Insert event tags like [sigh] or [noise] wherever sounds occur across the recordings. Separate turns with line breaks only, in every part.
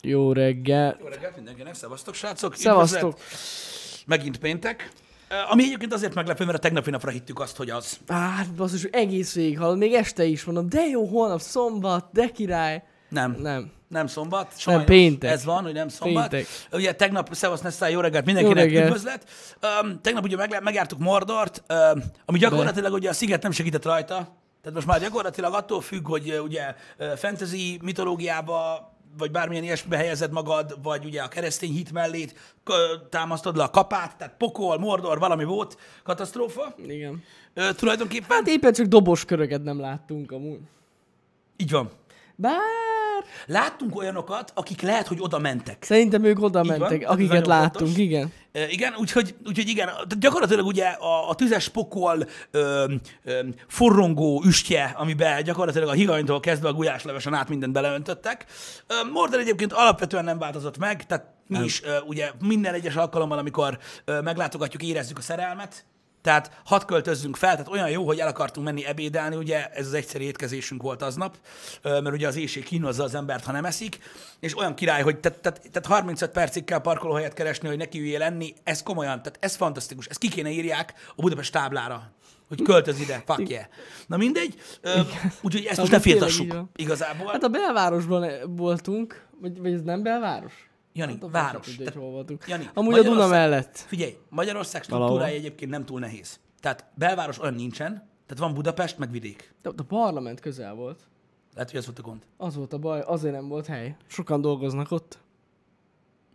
Jó reggel.
Jó reggelt mindenkinek, szevasztok srácok!
Szevasztok.
Üdvözlet. Megint péntek. Eh, Ami egyébként azért meglepő, mert a tegnapi napra hittük azt, hogy az.
Á, basszus, egész végig hallom. Még este is mondom, de jó, holnap szombat, de király.
Nem.
Nem.
Nem szombat.
péntek.
Ez van, hogy nem szombat.
Péntek.
Ugye tegnap, szevasz Nessá, jó reggelt mindenkinek,
Jó reggelt.
üdvözlet. Um, tegnap ugye meg, megjártuk Mordort, um, ami gyakorlatilag ugye a sziget nem segített rajta. Tehát most már gyakorlatilag attól függ, hogy uh, ugye uh, fantasy mitológiába vagy bármilyen ilyesmibe helyezed magad, vagy ugye a keresztény hit mellét k- támasztod le a kapát, tehát pokol, mordor, valami volt, katasztrófa.
Igen.
Ö, tulajdonképpen
Hát éppen csak dobos köröket nem láttunk amúgy.
így van.
Bár
Láttunk olyanokat, akik lehet, hogy oda mentek.
szerintem ők oda
van,
mentek,
ez
akiket
nagyon
láttunk,
fontos.
igen.
Ö, Igen, úgyhogy, úgyhogy igen, tehát gyakorlatilag ugye a, a tüzes pokol ö, ö, forrongó üstje, amiben gyakorlatilag a higanytól kezdve a gulyáslevesen át mindent beleöntöttek. Ö, Mordor egyébként alapvetően nem változott meg, tehát mi is ö, ugye minden egyes alkalommal, amikor ö, meglátogatjuk, érezzük a szerelmet, tehát hat költözzünk fel, tehát olyan jó, hogy el akartunk menni ebédelni, ugye ez az egyszerű étkezésünk volt aznap, ö, mert ugye az éjség kínozza az embert, ha nem eszik, és olyan király, hogy tehát, tehát, tehát 35 percig kell parkolóhelyet keresni, hogy neki üljél lenni, ez komolyan, tehát ez fantasztikus, ezt ki kéne írják a Budapest táblára, hogy költöz ide, fuck yeah. Na mindegy, ö, úgyhogy ezt most ne
Amúgy tényleg Hát így
firtassuk
van.
igazából.
Hát a belvárosban voltunk, vagy, vagy ez nem belváros?
Jani,
Hát a
város.
Tudja, hogy
Tehát-
hol voltunk.
Jani,
Amúgy a Duna
Magyarország-
mellett.
Figyelj, Magyarország
Valahol.
struktúrája egyébként nem túl nehéz. Tehát belváros olyan nincsen, tehát van Budapest, meg vidék.
De ott a parlament közel volt.
Lehet, hogy ez volt a gond.
Az volt a baj, azért nem volt hely. Sokan dolgoznak ott.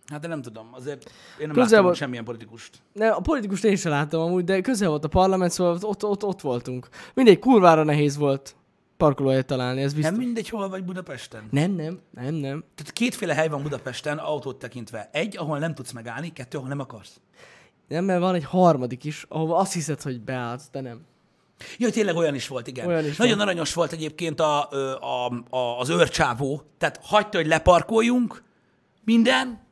Hát de nem tudom, azért én nem
Közel
láttam
volt-
ott semmilyen politikust.
Nem, a politikust én sem láttam amúgy, de közel volt a parlament, szóval ott, ott, ott, ott voltunk. Mindegy, kurvára nehéz volt parkolóhelyet találni, ez biztos.
Nem Hát mindegy, hol vagy Budapesten.
Nem, nem, nem, nem.
Tehát kétféle hely van Budapesten autót tekintve. Egy, ahol nem tudsz megállni, kettő, ahol nem akarsz.
Nem, mert van egy harmadik is, ahova azt hiszed, hogy beállsz, de nem.
Jaj, tényleg olyan is volt, igen.
Olyan is
Nagyon
van.
aranyos volt egyébként a, ö, a, a, az őrcsávó. Tehát hagyta, hogy leparkoljunk, minden,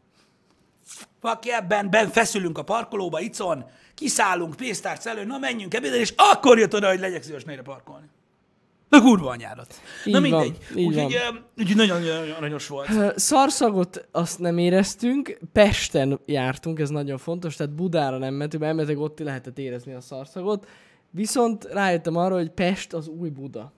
fuck yeah, ben, ben feszülünk a parkolóba, icon, kiszállunk, pénztárc elő, na menjünk ebédel, és akkor jött oda, hogy legyek szíves ne ide parkolni. Na kurva anyádat. Na
Így van,
mindegy.
így
Úgyhogy ö, úgyhogy nagyon, nagyon aranyos volt.
Ö, Szarszagot azt nem éreztünk, Pesten jártunk, ez nagyon fontos, tehát Budára nem mentünk, mert elméletileg ott lehetett érezni a szarszagot. Viszont rájöttem arra, hogy Pest az új Buda.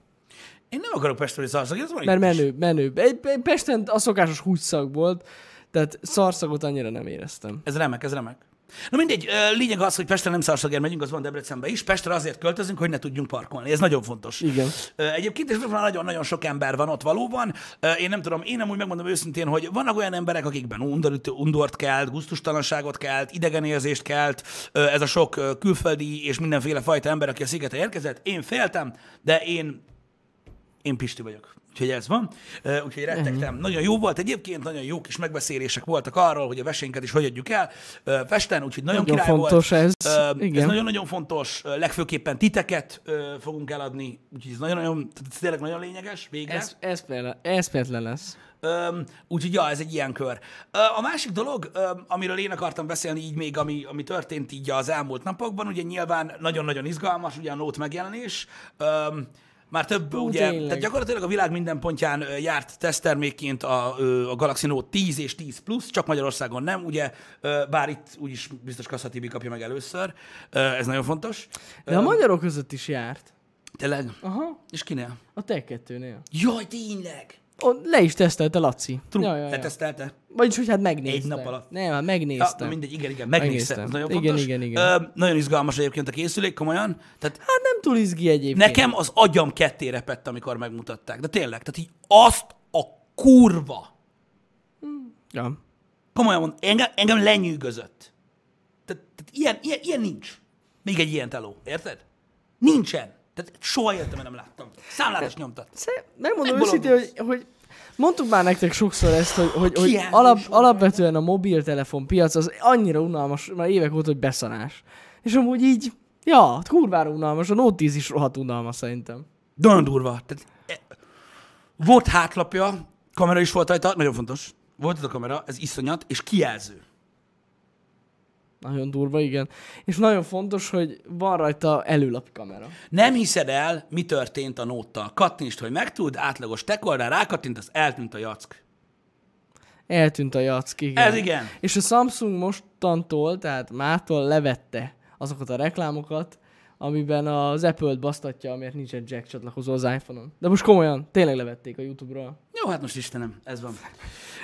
Én nem akarok Pestről szarszagni, ez van
Mert
itt is.
menőbb, menőbb. Egy, egy Pesten a szokásos húgyszag volt, tehát szarszagot annyira nem éreztem.
Hm. Ez remek, ez remek. Na mindegy, ö, lényeg az, hogy Pestre nem Szarszagér megyünk, az van Debrecenbe is. Pestre azért költözünk, hogy ne tudjunk parkolni. Ez nagyon fontos.
Igen.
Ö, Egyébként is ott van nagyon-nagyon sok ember van ott valóban. Ö, Én nem tudom, én amúgy megmondom őszintén, hogy vannak olyan emberek, akikben undorító, undort kelt, guztustalanságot kelt, idegenérzést kelt. Ö, Ez a sok ö, külföldi és mindenféle fajta ember, aki a szigetre érkezett. Én féltem, de én én Pisti vagyok. Úgyhogy ez van. Ö, Úgyhogy rettegtem. Nagyon jó volt egyébként, nagyon jó kis megbeszélések voltak arról, hogy a vesénket is hogy adjuk el. Ö, Pesten, úgyhogy nagyon,
Nagyon
király
fontos
volt.
ez.
Ö, Ez
Igen.
nagyon-nagyon fontos. Ö, Legfőképpen titeket ö, fogunk eladni, úgyhogy ez nagyon-nagyon, tehát ez tényleg nagyon lényeges. Végre.
Ez, ez, például, ez például lesz.
Öm, úgyhogy ja, ez egy ilyen kör. Ö, a másik dolog, öm, amiről én akartam beszélni így még, ami, ami történt így az elmúlt napokban, ugye nyilván nagyon-nagyon izgalmas, ugye a nót megjelenés. Öm, már több, Hú, ugye,
tényleg.
tehát gyakorlatilag a világ minden pontján ö, járt tesztermékként a, ö, a Galaxy Note 10 és 10 Plus, csak Magyarországon nem, ugye, ö, bár itt úgyis biztos Kassa Tibi kapja meg először, Ö, ez nagyon fontos. Ö,
De a magyarok között is járt.
Tényleg?
Aha,
És kinél?
a te kettőnél.
Jaj, tényleg!
Ott le is tesztelte Laci.
True, Hát
Ja, ja, ja.
letesztelte?
Vagyis, hogy hát megnézte.
Egy nap alatt.
Nem, hát
Ja,
megnéztem.
mindegy, igen, igen, megnéztem.
Megnéztem.
Ez nagyon
Igen,
fontos.
igen, igen.
Ö, nagyon izgalmas egyébként a készülék, komolyan. Tehát
Hát nem túl izgi egyébként.
nekem az agyam ketté repett, amikor megmutatták. De tényleg, tehát így azt a kurva,
Ja.
komolyan mondom, engem, engem lenyűgözött. Tehát, tehát ilyen, ilyen, ilyen nincs. Még egy ilyen teló, érted? Nincsen. Tehát soha életemben nem láttam. Számlát is nyomtat.
Szer- Megmondom
Megbolondulsz.
őszintén, hogy, hogy mondtuk már nektek sokszor ezt, hogy, hogy, hogy
kiállni
alap,
soha.
alapvetően a mobiltelefon piac az annyira unalmas, már évek óta, hogy beszanás. És amúgy így, ja, kurvára unalmas, a Note 10 is rohadt unalmas szerintem.
De Nagyon durva. Tehát, e, volt hátlapja, kamera is volt rajta, nagyon fontos. Volt ott a kamera, ez iszonyat, és kijelző.
Nagyon durva, igen. És nagyon fontos, hogy van rajta előlapkamera.
Nem hiszed el, mi történt a nóttal. Kattintsd, hogy megtud, átlagos tekorra, rákattint, az eltűnt a jack.
Eltűnt a jack, igen.
Ez igen.
És a Samsung mostantól, tehát mától levette azokat a reklámokat, amiben az Apple-t basztatja, amiért nincsen jack csatlakozó az iPhone-on. De most komolyan, tényleg levették a YouTube-ról.
Jó, hát most Istenem, ez van.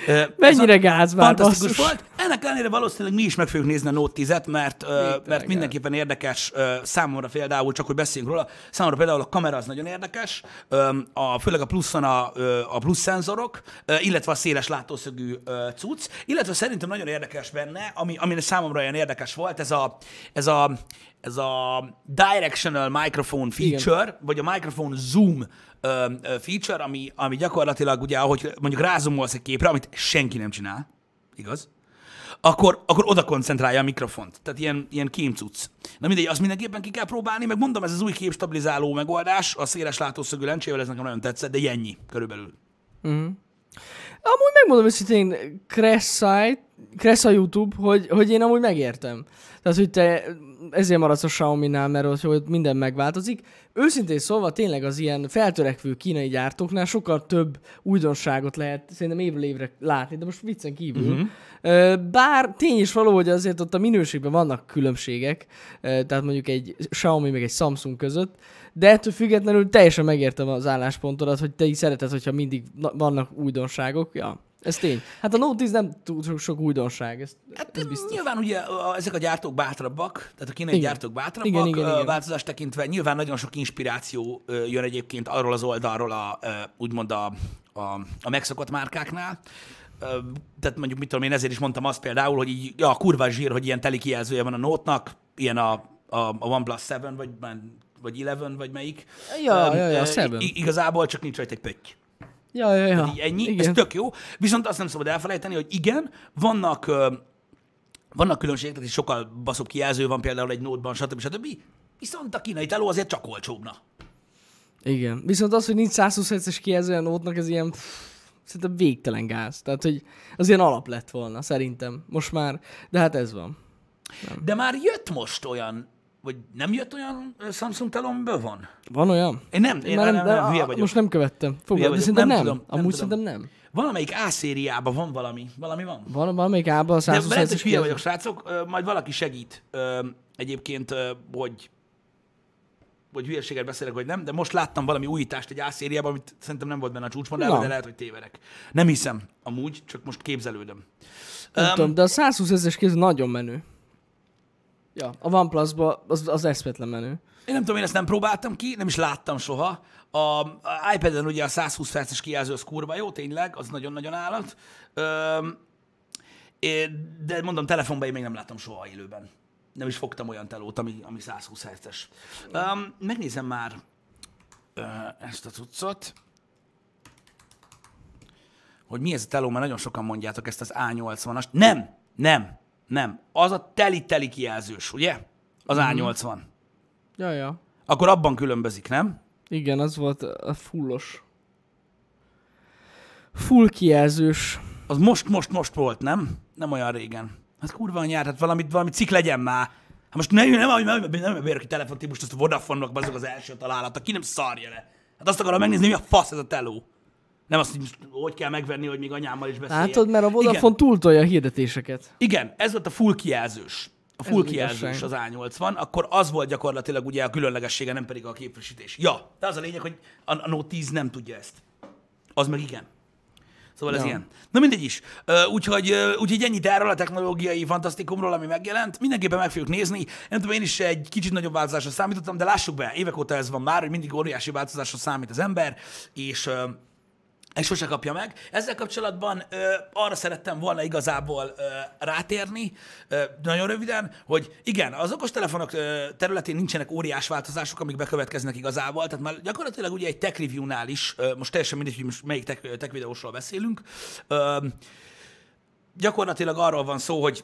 Ö,
Mennyire
ez a-
gáz már, basszus.
Fantasztikus volt. Ennek ellenére valószínűleg mi is meg fogjuk nézni a Note 10-et, mert, ö,
Végtelen
mert
gáz.
mindenképpen érdekes ö, számomra például, csak hogy beszéljünk róla, számomra például a kamera az nagyon érdekes, ö, a, főleg a pluszon a, ö, a plusz szenzorok, ö, illetve a széles látószögű ö, cucc, illetve szerintem nagyon érdekes benne, ami, ami számomra olyan érdekes volt, ez a, ez a, ez a directional microphone feature, feature, vagy a microphone zoom ö, ö, feature, ami, ami gyakorlatilag ugye, ahogy mondjuk rázumolsz egy képre, amit senki nem csinál, igaz? Akkor, akkor oda koncentrálja a mikrofont. Tehát ilyen, ilyen kémcuc. Na mindegy, azt mindenképpen ki kell próbálni, meg mondom, ez az új képstabilizáló megoldás, a széles látószögű lencsével, ez nekem nagyon tetszett, de ennyi körülbelül.
Amúgy megmondom őszintén, Cressai, Cressa YouTube, hogy, hogy én amúgy megértem. Tehát, hogy te ezért maradsz a Xiaomi-nál, mert ott, hogy minden megváltozik. Őszintén szólva tényleg az ilyen feltörekvő kínai gyártóknál sokkal több újdonságot lehet szerintem évről évre látni, de most viccen kívül.
Mhm.
Ö, Bár tény is való, hogy azért ott a minőségben vannak különbségek, ö, tehát mondjuk egy Xiaomi meg egy Samsung között, de ettől függetlenül teljesen megértem az álláspontodat, hogy te is szereted, hogyha mindig na- vannak újdonságok. Ja, ez tény. Hát a Note 10 nem túl so- sok újdonság, ez,
Hát
ez biztos.
nyilván ugye a- ezek a gyártók bátrabbak, tehát a kínai
Igen.
gyártók bátrabbak,
Igen, igen,
ö,
igen.
változást tekintve nyilván nagyon sok inspiráció ö, jön egyébként arról az oldalról, a, ö, úgymond a, a, a megszokott márkáknál. Ö, Tehát mondjuk, mit tudom én, ezért is mondtam azt például, hogy így, ja, a kurva zsír, hogy ilyen teli kijelzője van a Note-nak, ilyen a, a, a OnePlus 7, vagy, vagy 11, vagy melyik.
Ja,
Ö,
ja, ja,
ö,
a 7.
i- Igazából csak nincs rajta egy pötty
Ja, ja, ja.
így ennyi, Igen.
Ah, Igen.
ez tök jó. Viszont azt nem szabad elfelejteni, hogy igen, vannak, ö, vannak különbségek, tehát is sokkal baszóbb kijelző van például egy nótban, stb. stb. Viszont a kínai teló azért csak olcsóbbna.
Igen. Viszont az, hogy nincs 120 Hz-es kijelzője a Note-nak, ez ilyen pff, szerintem végtelen gáz. Tehát, hogy az ilyen alap lett volna, szerintem. Most már, de hát ez van.
De már jött most olyan, vagy nem jött olyan ö, Samsung teló, amiből van?
Van olyan?
Én nem, én nem, nem, nem,
a-
hülye
a-
vagyok.
Most nem követtem. Fogad, de
vagyok,
szerintem
nem
nem.
tudom, nem
Amúgy
tudom.
szerintem nem.
Valamelyik A-szériában van valami, valami van.
Van valamelyik ába a
De
120
lehet, hogy
Hz-es
hülye
kijelző.
vagyok, srácok, ö, majd valaki segít ö, egyébként, ö, hogy hogy hülyeséget beszélek, vagy nem, de most láttam valami újítást egy A-szériában, amit szerintem nem volt benne a csúcsvonalban,
Na.
de lehet, hogy tévedek. Nem hiszem, amúgy, csak most képzelődöm.
Nem
Öm,
tudom, de a 120 ezres kéz nagyon menő. Ja, a oneplus az, az eszmetlen menő.
Én nem tudom, én ezt nem próbáltam ki, nem is láttam soha. A, a iPad-en ugye a 120 perces kijelző az kurva jó, tényleg, az nagyon-nagyon állat. Öm, é- de mondom, telefonban én még nem láttam soha élőben. Nem is fogtam olyan telót, ami, ami 120 Hz-es. Öm, megnézem már ö, ezt a cuccot, hogy mi ez a teló, mert nagyon sokan mondjátok ezt az A80-ast. Nem, nem, nem. Az a teli-teli kijelzős, ugye? Az A80.
Ja, ja.
Akkor abban különbözik, nem?
Igen, az volt a fullos. Full kijelzős.
Az most, most, most volt, nem? Nem olyan régen. Hát kurva anyád, hát valamit, valami cikk legyen már. Hát most ne, nem, nem, nem, nem, nem bérök ki telefontípust, azt a Vodafone-nak bazog az első találata, ki nem szarja le. Hát azt akarom megnézni, mi a fasz ez a teló. Nem azt, hogy most hogy kell megvenni, hogy még anyámmal is beszéljek.
Látod, mert a
Igen.
Vodafone túltolja a hirdetéseket.
Igen, ez volt a full kijelzős. A
az
full
igazság.
kijelzős az A80, akkor az volt gyakorlatilag ugye a különlegessége, nem pedig a képfrissítés. Ja, de az a lényeg, hogy a, a Note 10 nem tudja ezt. Az meg igen. Szóval ez
Ja.
ilyen. Na mindegy is. Ö, Úgyhogy, ö, úgyhogy ennyit erről a technológiai fantasztikumról, ami megjelent. Mindenképpen meg fogjuk nézni. Nem tudom, én is egy kicsit nagyobb változásra számítottam, de lássuk be, évek óta ez van már, hogy mindig óriási változásra számít az ember, és ö, és sose kapja meg. Ezzel kapcsolatban ö, arra szerettem volna igazából ö, rátérni, ö, nagyon röviden, hogy igen, az okostelefonok ö, területén nincsenek óriás változások, amik bekövetkeznek igazából, tehát már gyakorlatilag ugye egy tech review-nál is, ö, most teljesen mindegy, hogy most melyik tech, tech videósról beszélünk, ö, gyakorlatilag arról van szó, hogy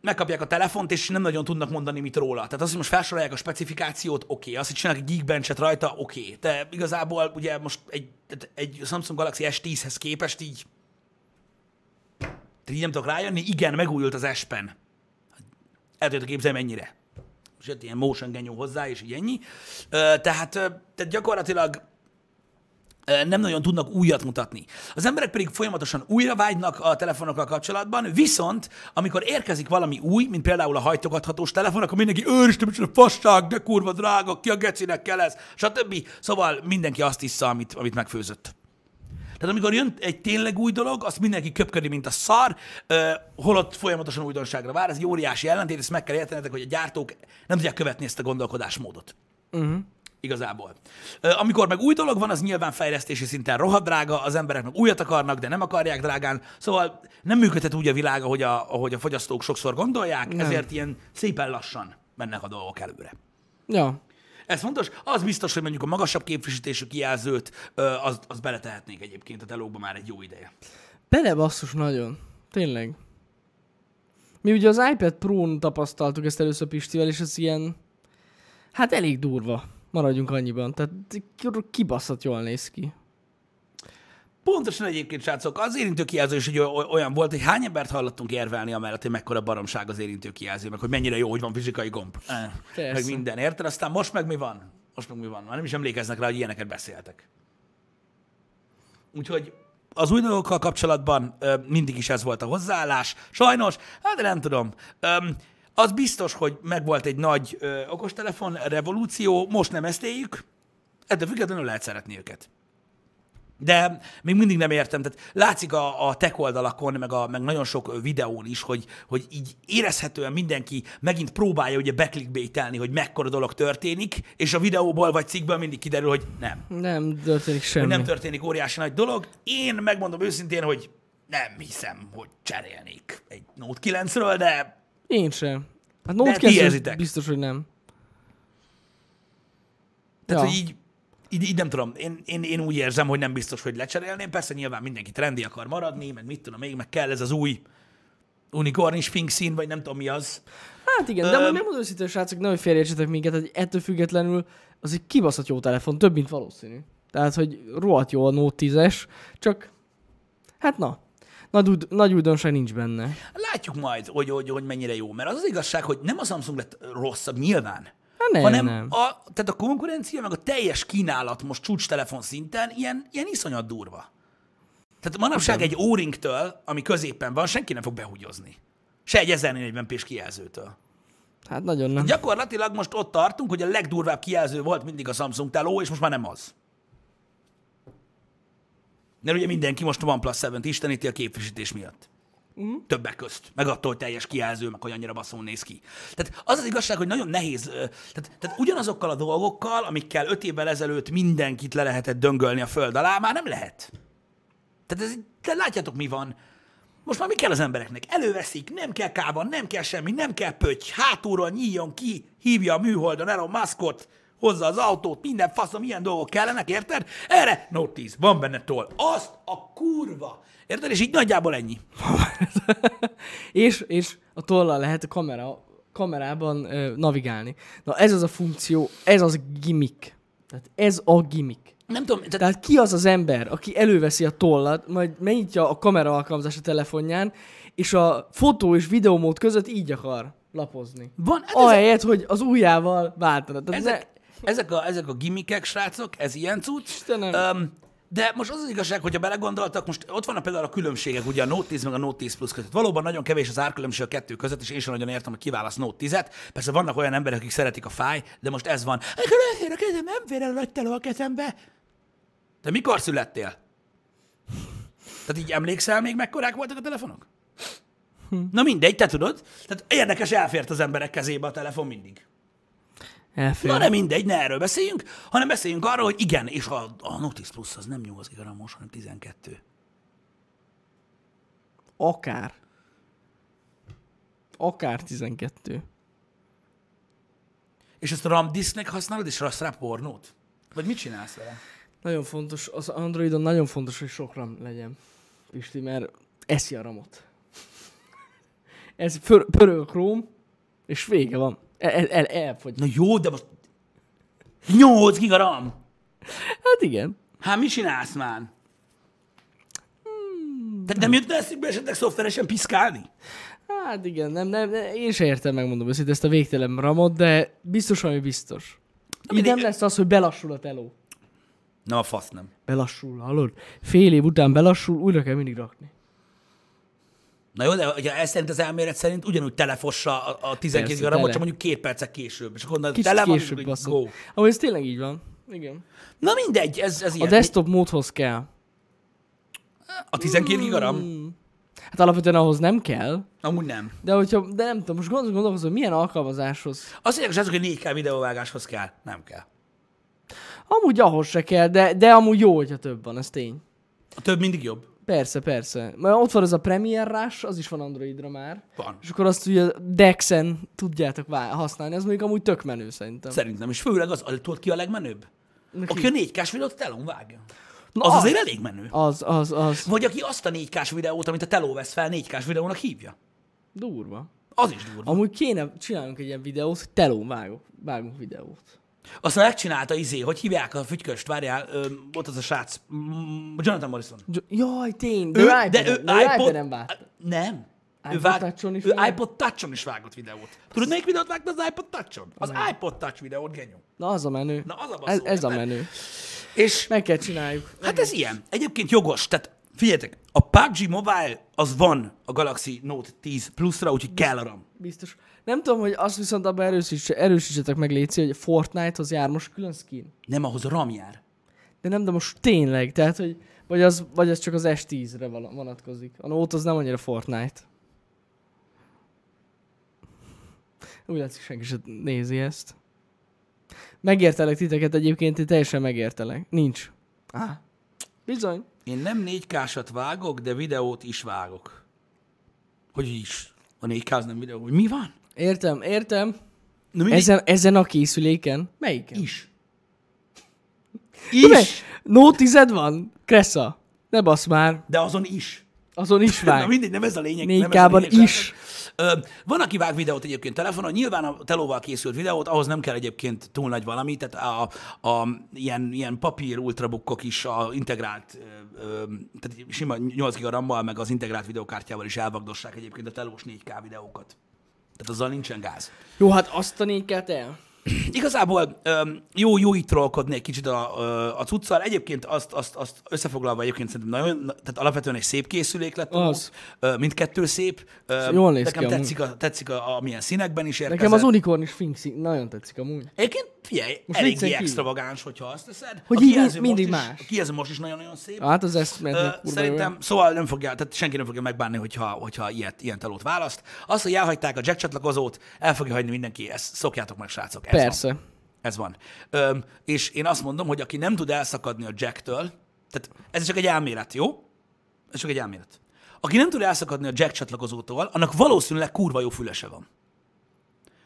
megkapják a telefont, és nem nagyon tudnak mondani mit róla. Tehát az, hogy most felsorolják a specifikációt, oké. Okay. Az, hogy csinálnak egy Geekbench-et rajta, oké. Okay. De igazából ugye most egy, tehát egy Samsung Galaxy S10-hez képest így, tehát így nem tudok rájönni, igen, megújult az S-Pen. El tudjátok képzelni mennyire. És jött ilyen motion genyó hozzá, és így ennyi. Ö, Tehát, ö, tehát gyakorlatilag ö, nem nagyon tudnak újat mutatni. Az emberek pedig folyamatosan újra vágynak a telefonokkal kapcsolatban, viszont amikor érkezik valami új, mint például a hajtogathatós telefon, akkor mindenki őristen, micsoda fasság, de kurva drága, ki a gecinek kell ez, stb. Szóval mindenki aztissza, amit, amit megfőzött. Tehát amikor jön egy tényleg új dolog, azt mindenki köpködi, mint a szar, ö, holott folyamatosan újdonságra vár. Ez egy óriási ellentét, ezt meg kell értenetek, hogy a gyártók nem tudják követni ezt a gondolkodásmódot. Igazából. Ö, Amikor meg új dolog van, az nyilván fejlesztési szinten rohadt drága, az emberek meg újat akarnak, de nem akarják drágán. Szóval nem működhet úgy a világ, ahogy a, ahogy a fogyasztók sokszor gondolják, nem. ezért ilyen szépen lassan mennek a dolgok előre.
Ja.
Ez fontos. Az biztos, hogy mondjuk a magasabb képvisítésű kijelzőt, ö, az, az beletehetnék egyébként a telóba már egy jó ideje.
Bele basszus nagyon. Tényleg. Mi ugye az iPad Pro-n tapasztaltuk ezt először Pistivel, és ez ilyen... Hát elég durva. Maradjunk annyiban. Tehát kibaszott jól néz ki.
Pontosan egyébként, srácok, az érintőkijelző is egy o- olyan volt, hogy hány embert hallottunk érvelni amellett, hogy mekkora baromság az érintőkijelző, meg hogy mennyire jó, hogy van fizikai gomb. Eh,
Persze.
Meg minden, érted? Aztán most meg mi van? Most meg mi van? Már nem is emlékeznek rá, hogy ilyeneket beszéltek. Úgyhogy az új dolgokkal kapcsolatban ö, mindig is ez volt a hozzáállás. Sajnos, hát de nem tudom. Öm, az biztos, hogy megvolt egy nagy ö, okostelefon revolúció, most nem ezt éljük, ettől függetlenül lehet szeretni őket. De még mindig nem értem. Tehát látszik a, a tech oldalakon, meg, a, meg nagyon sok ö, videón is, hogy, hogy így érezhetően mindenki megint próbálja ugye backlickbaitelni, hogy mekkora dolog történik, és a videóból vagy cikkből mindig kiderül, hogy nem.
Nem történik semmi.
Hogy nem történik óriási nagy dolog. Én megmondom őszintén, hogy nem hiszem, hogy cserélnék egy Note 9-ről, de
Én sem. Hát Note
ti
9
érzitek.
biztos, hogy nem.
Tehát,
Ja.
ja. hogy így, így, így nem tudom, én, én, én úgy érzem, hogy nem biztos, hogy lecserélném. Persze nyilván mindenki trendi akar maradni, meg mit tudom, még meg kell ez az új unikornis fink szín, vagy nem tudom mi az.
Hát igen, de
Öm.
amúgy megmondom őszintén, srácok, nehogy félreértsetek minket, hogy ettől függetlenül az egy kibaszott jó telefon, több, mint valószínű. Tehát, hogy rohadt jó a Note 10-es, csak hát na, nagy, új- nagy újdonság nincs benne.
Látjuk majd, hogy, hogy, hogy mennyire jó, mert az az igazság, hogy nem a Samsung lett rosszabb nyilván,
Hát nem,
hanem
nem.
A, tehát a konkurencia, meg a teljes kínálat most csúcstelefon szinten ilyen, ilyen iszonyat durva. Tehát manapság egy O-ringtől, ami középen van, senki nem fog behugyozni. Se egy 1040 p kijelzőtől.
Hát nagyon nem.
Gyakorlatilag most ott tartunk, hogy a legdurvább kijelző volt mindig a Samsung teló, és most már nem az. Mert ugye mindenki most a OnePlus 7-t isteníti a képvisítés miatt. Mm. Többek közt. Meg attól, hogy teljes kijelző, meg hogy annyira baszón néz ki. Tehát az az igazság, hogy nagyon nehéz. ö, Tehát, tehát ugyanazokkal a dolgokkal, amikkel öt évvel ezelőtt mindenkit le lehetett döngölni a föld alá, már nem lehet. Tehát ez, te látjátok, mi van. Most már mi kell az embereknek? Előveszik, nem kell káva, nem kell semmi, nem kell pötty, hátulról nyíljon ki, hívja a műholdon Elon Muskot, hozza az autót, minden faszom, ilyen dolgok kellenek, érted? Erre Note 10, van benne toll. Azt a kurva! Érted? És így nagyjából ennyi.
[laughs] és, és a tollal lehet a kamera, kamerában ö, navigálni. Na ez az a funkció, ez az gimmick. Tehát ez a gimmick.
Nem tudom, tehát
Tehát ki az az ember, aki előveszi a tollat, majd megnyitja a kamera alkalmazást a telefonján, és a fotó és videómód között így akar lapozni.
van, hát ezek,
Ahelyett, hogy az ujjával váltana. Tehát
ezek,
ne...
ezek, a, ezek a gimmickek, srácok, ez ilyen cucc.
Istenem.
Öm, de most az az igazság, hogyha belegondoltak, most ott vannak például a különbségek ugye a Note 10 meg a Note 10 Plus között. Valóban nagyon kevés az árkülönbség a kettő között, és én sem nagyon értem, hogy kiválasz Note 10-et. Persze vannak olyan emberek, akik szeretik a fáj, de most ez van. Akkor elfér a kezem, nem fér el a nagy teló a kezembe. De mikor születtél? Tehát így emlékszel még, mekkorák voltak a telefonok? Na mindegy, te tudod. Tehát érdekes, elfért az emberek kezébe a telefon mindig.
Elfér.
Na de mindegy, ne erről beszéljünk, hanem beszéljünk arról, hogy igen, és a, a Notice Plus az nem 8 gigaramos, hanem 12.
Akár. Akár 12.
És ezt a RAM disknek használod, és azt rá pornót? Vagy mit csinálsz vele?
Nagyon fontos, az Androidon nagyon fontos, hogy sok RAM legyen. Pisti, mert eszi a ramot. Ez pör- pörög a Chrome, és vége van. El, el, el, elfogy.
Na jó, de most 8 giga RAM!
Hát igen.
Hát mit csinálsz már? Tehát nem jutna eszükbe esetleg szoftveresen piszkálni?
Hát igen, nem, nem, nem én sem értem, megmondom őszintén ezt a végtelen ramot, de biztos, ami biztos.
Na
Így nem
mindegy.
lesz az, hogy belassul a teló.
Nem a fasz, nem.
Belassul, hallod? Fél év után belassul, újra kell mindig rakni.
Na jó, de ha ez szerint az elmélet szerint ugyanúgy telefossa a, a 12
Persze,
darabot,
tele.
csak mondjuk két percek később. És akkor na,
Kicsit
tele van, és
később
akkor így
basszol. Ahogy ez tényleg így van. Igen.
Na mindegy, ez, ez
A
ilyen.
desktop módhoz kell.
A 12 gigaram?
Hát alapvetően ahhoz nem kell,
Amúgy nem.
de hogyha, de nem tudom, most gondol- gondolkozom, hogy milyen alkalmazáshoz.
Azt mondják, hogy azok, hogy 4K videóvágáshoz kell. Nem kell.
Amúgy ahhoz se kell, de, de amúgy jó, hogyha több van, ez tény.
A több mindig jobb.
Persze, persze. Mert ott van ez a Premiere Rush, az is van Androidra már.
Van.
És akkor azt ugye Dexen tudjátok vá- használni, ez mondjuk amúgy tök menő szerintem.
Szerintem. És főleg az, tudod ki a legmenőbb? Aki a 4K-s videót telón vágja.
Na
Az
az.
azért elég menő.
Ah! Az, az, az.
Vagy aki azt a 4K-s videót, amit a teló vesz fel, 4K-s videónak hívja.
Durva.
Az is durva.
Amúgy kéne csinálnunk egy ilyen videót, hogy telón vágok, vágunk videót.
Aztán megcsinálta izé, hogy hívják a fütyköst, várjál, ö, ott az a srác, mm, Jonathan Morrison.
Jo- Jaj, tény, de ő, de ő iPod, iPod-en vágta.
Nem. Ő,
iPod
vág,
Touch-on is
ő
vágott?
iPod Touch-on is vágott videót. Tudod, melyik videót vágta az iPod Touch-on? Az iPod Touch videót, genyó.
Na az a menő.
Na, az a
ez,
basszó,
ez a
ember.
menő.
És
Meg kell csináljuk.
Hát ez ilyen. Egyébként jogos. Tehát figyeljetek, a PUBG Mobile az van a Galaxy Note 10 Plus-ra, úgyhogy kell a RAM.
Biztos. Nem tudom, hogy azt viszont abban erősíts, erősítsetek meg, Léci, hogy a Fortnite-hoz jár most külön skin.
Nem ahhoz a RAM jár.
De nem, de most tényleg, tehát, hogy vagy az, vagy az csak az S10-re vala- vonatkozik. A Note az nem annyira Fortnite. Úgy látszik, senki sem nézi ezt. Megértelek titeket egyébként, én teljesen megértelek. Nincs. Á, bizony.
Én nem 4K-sat vágok, de videót is vágok. Hogy is? A 4K az nem videó. Hogy mi van?
Értem, értem.
Na mindig
Ezen, ezen a készüléken? Melyiken?
is.
Tudod,
Is.
Note 10 van? Kressa. Ne basz már.
De azon is.
Azon is
[laughs] Na
vág.
mindegy, nem ez a lényeg.
Négy
nem ez a
K-ban
lényeg.
is.
Ö, van, aki vág videót egyébként telefonon, nyilván a telóval készült videót, ahhoz nem kell egyébként túl nagy valami, tehát a, a ilyen, ilyen papír ultrabookok is a integrált, ö, ö, tehát sima 8 giga RAM-mal, meg az integrált videokártyával is elvagdossák egyébként a telós 4K videókat. Tehát azzal nincsen gáz.
Jó, hát azt tanítják el.
Igazából öm, jó, jó itt trollkodni egy kicsit a, ö, a cuccal. Egyébként azt, azt, azt összefoglalva egyébként szerintem nagyon, na- tehát alapvetően egy szép készülék lett. a
Az.
Note. Ö, Mindkettő szép. Ö,
Jól néz
nekem
ki amúgy.
tetszik, a, tetszik a, a, milyen színekben is érkezett.
Nekem az unicorn is fink szín- nagyon tetszik amúgy.
Egyébként figyelj,
Most viccen
eléggé
kívül.
extravagáns, hogyha azt teszed.
Hogy
A
így mi-
kijelző most
mindig
is-
más.
A kijelző most is nagyon-nagyon szép.
Hát az eszmélet.
Ö,
kurva jó.
szerintem, szóval nem fogja, tehát senki nem fogja megbánni, hogyha, hogyha ilyet, ilyen telót választ. Azt, hogy elhagyták a jack csatlakozót, el fogja hagyni mindenki, ezt szokjátok meg, srácok. Ez van.
Persze.
Ez van. Öm, és én azt mondom, hogy aki nem tud elszakadni a Jacktől, tehát ez csak egy elmélet, jó? Ez csak egy elmélet. Aki nem tud elszakadni a Jack csatlakozótól, annak valószínűleg kurva jó fülese van.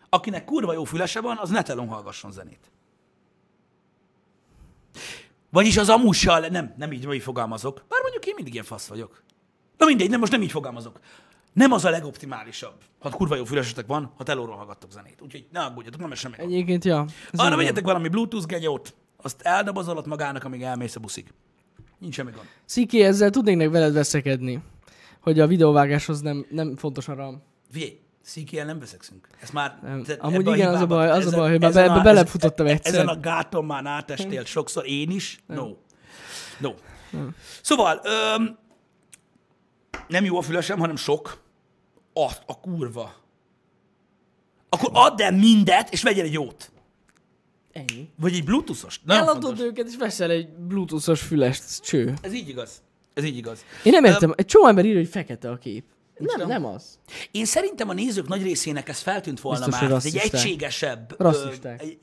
Akinek kurva jó fülese van, az ne telon hallgasson zenét. Vagyis az amúgy se a le- nem, nem így, így fogalmazok. Bár mondjuk én mindig ilyen fasz vagyok. Na mindegy, nem, most nem így fogalmazok. Nem az a legoptimálisabb, ha kurva jó fülesetek van, ha telóról hallgattok zenét. Úgyhogy ne aggódjatok, nem esem meg.
Egyébként, ja. Ez így
Arra
van.
vegyetek valami Bluetooth genyót, azt eldobozolod magának, amíg elmész a buszig. Nincs semmi gond.
Sziki, ezzel tudnék nek veled veszekedni, hogy a videóvágáshoz nem, nem fontos a RAM.
Figyelj, CKL nem veszekszünk. Ez már...
Nem.
tehát
Amúgy
ebbe
igen, az a
hibába-
baj- az a
ezen-
baj, hogy már
ezen
be-
a-
be- belefutottam
ezen-
egyszer.
Ezen a gáton már átestél sokszor, én is. No. No. Szóval, öm, nem jó a fülesem, hanem sok. A, a kurva. Akkor add el mindet, és vegyél egy jót.
Ennyi.
Vagy egy bluetoothos. Nagyon
Eladod
fontos.
őket, és veszel egy bluetoothos fülest, cső.
Ez így igaz. Ez így igaz.
Én nem értem, egy csomó ember írja, hogy fekete a kép. Nem,
tudom.
nem az.
Én szerintem a nézők nagy részének ez feltűnt volna
Biztos,
már.
hogy
Ez egy
rasszisták.
egységesebb...
Rasszisták.
Ö, egy,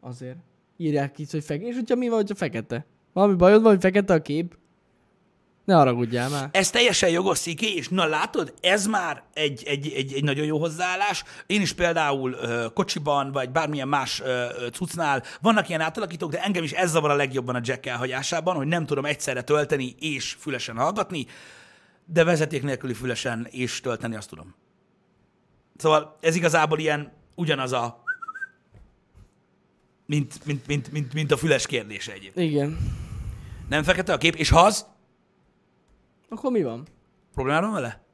Azért. Írják ki, hogy fekete. És hogyha mi van, hogyha fekete? Valami bajod van, hogy fekete a kép? Ne haragudjál már.
ez teljesen jogos sziké, és na látod, ez már egy, egy, egy, egy nagyon jó hozzáállás. Én is például ö, kocsiban, vagy bármilyen más ö, ö, cuccnál vannak ilyen átalakítók, de engem is ez zavar a legjobban a jack elhagyásában, hogy nem tudom egyszerre tölteni és fülesen hallgatni, de vezeték nélküli fülesen és tölteni azt tudom. Szóval ez igazából ilyen ugyanaz a mint, mint, mint, mint, mint a füles kérdése egyébként.
Igen.
Nem fekete a kép, és ha az,
Akkor mi van?
problémára van vele? Szóval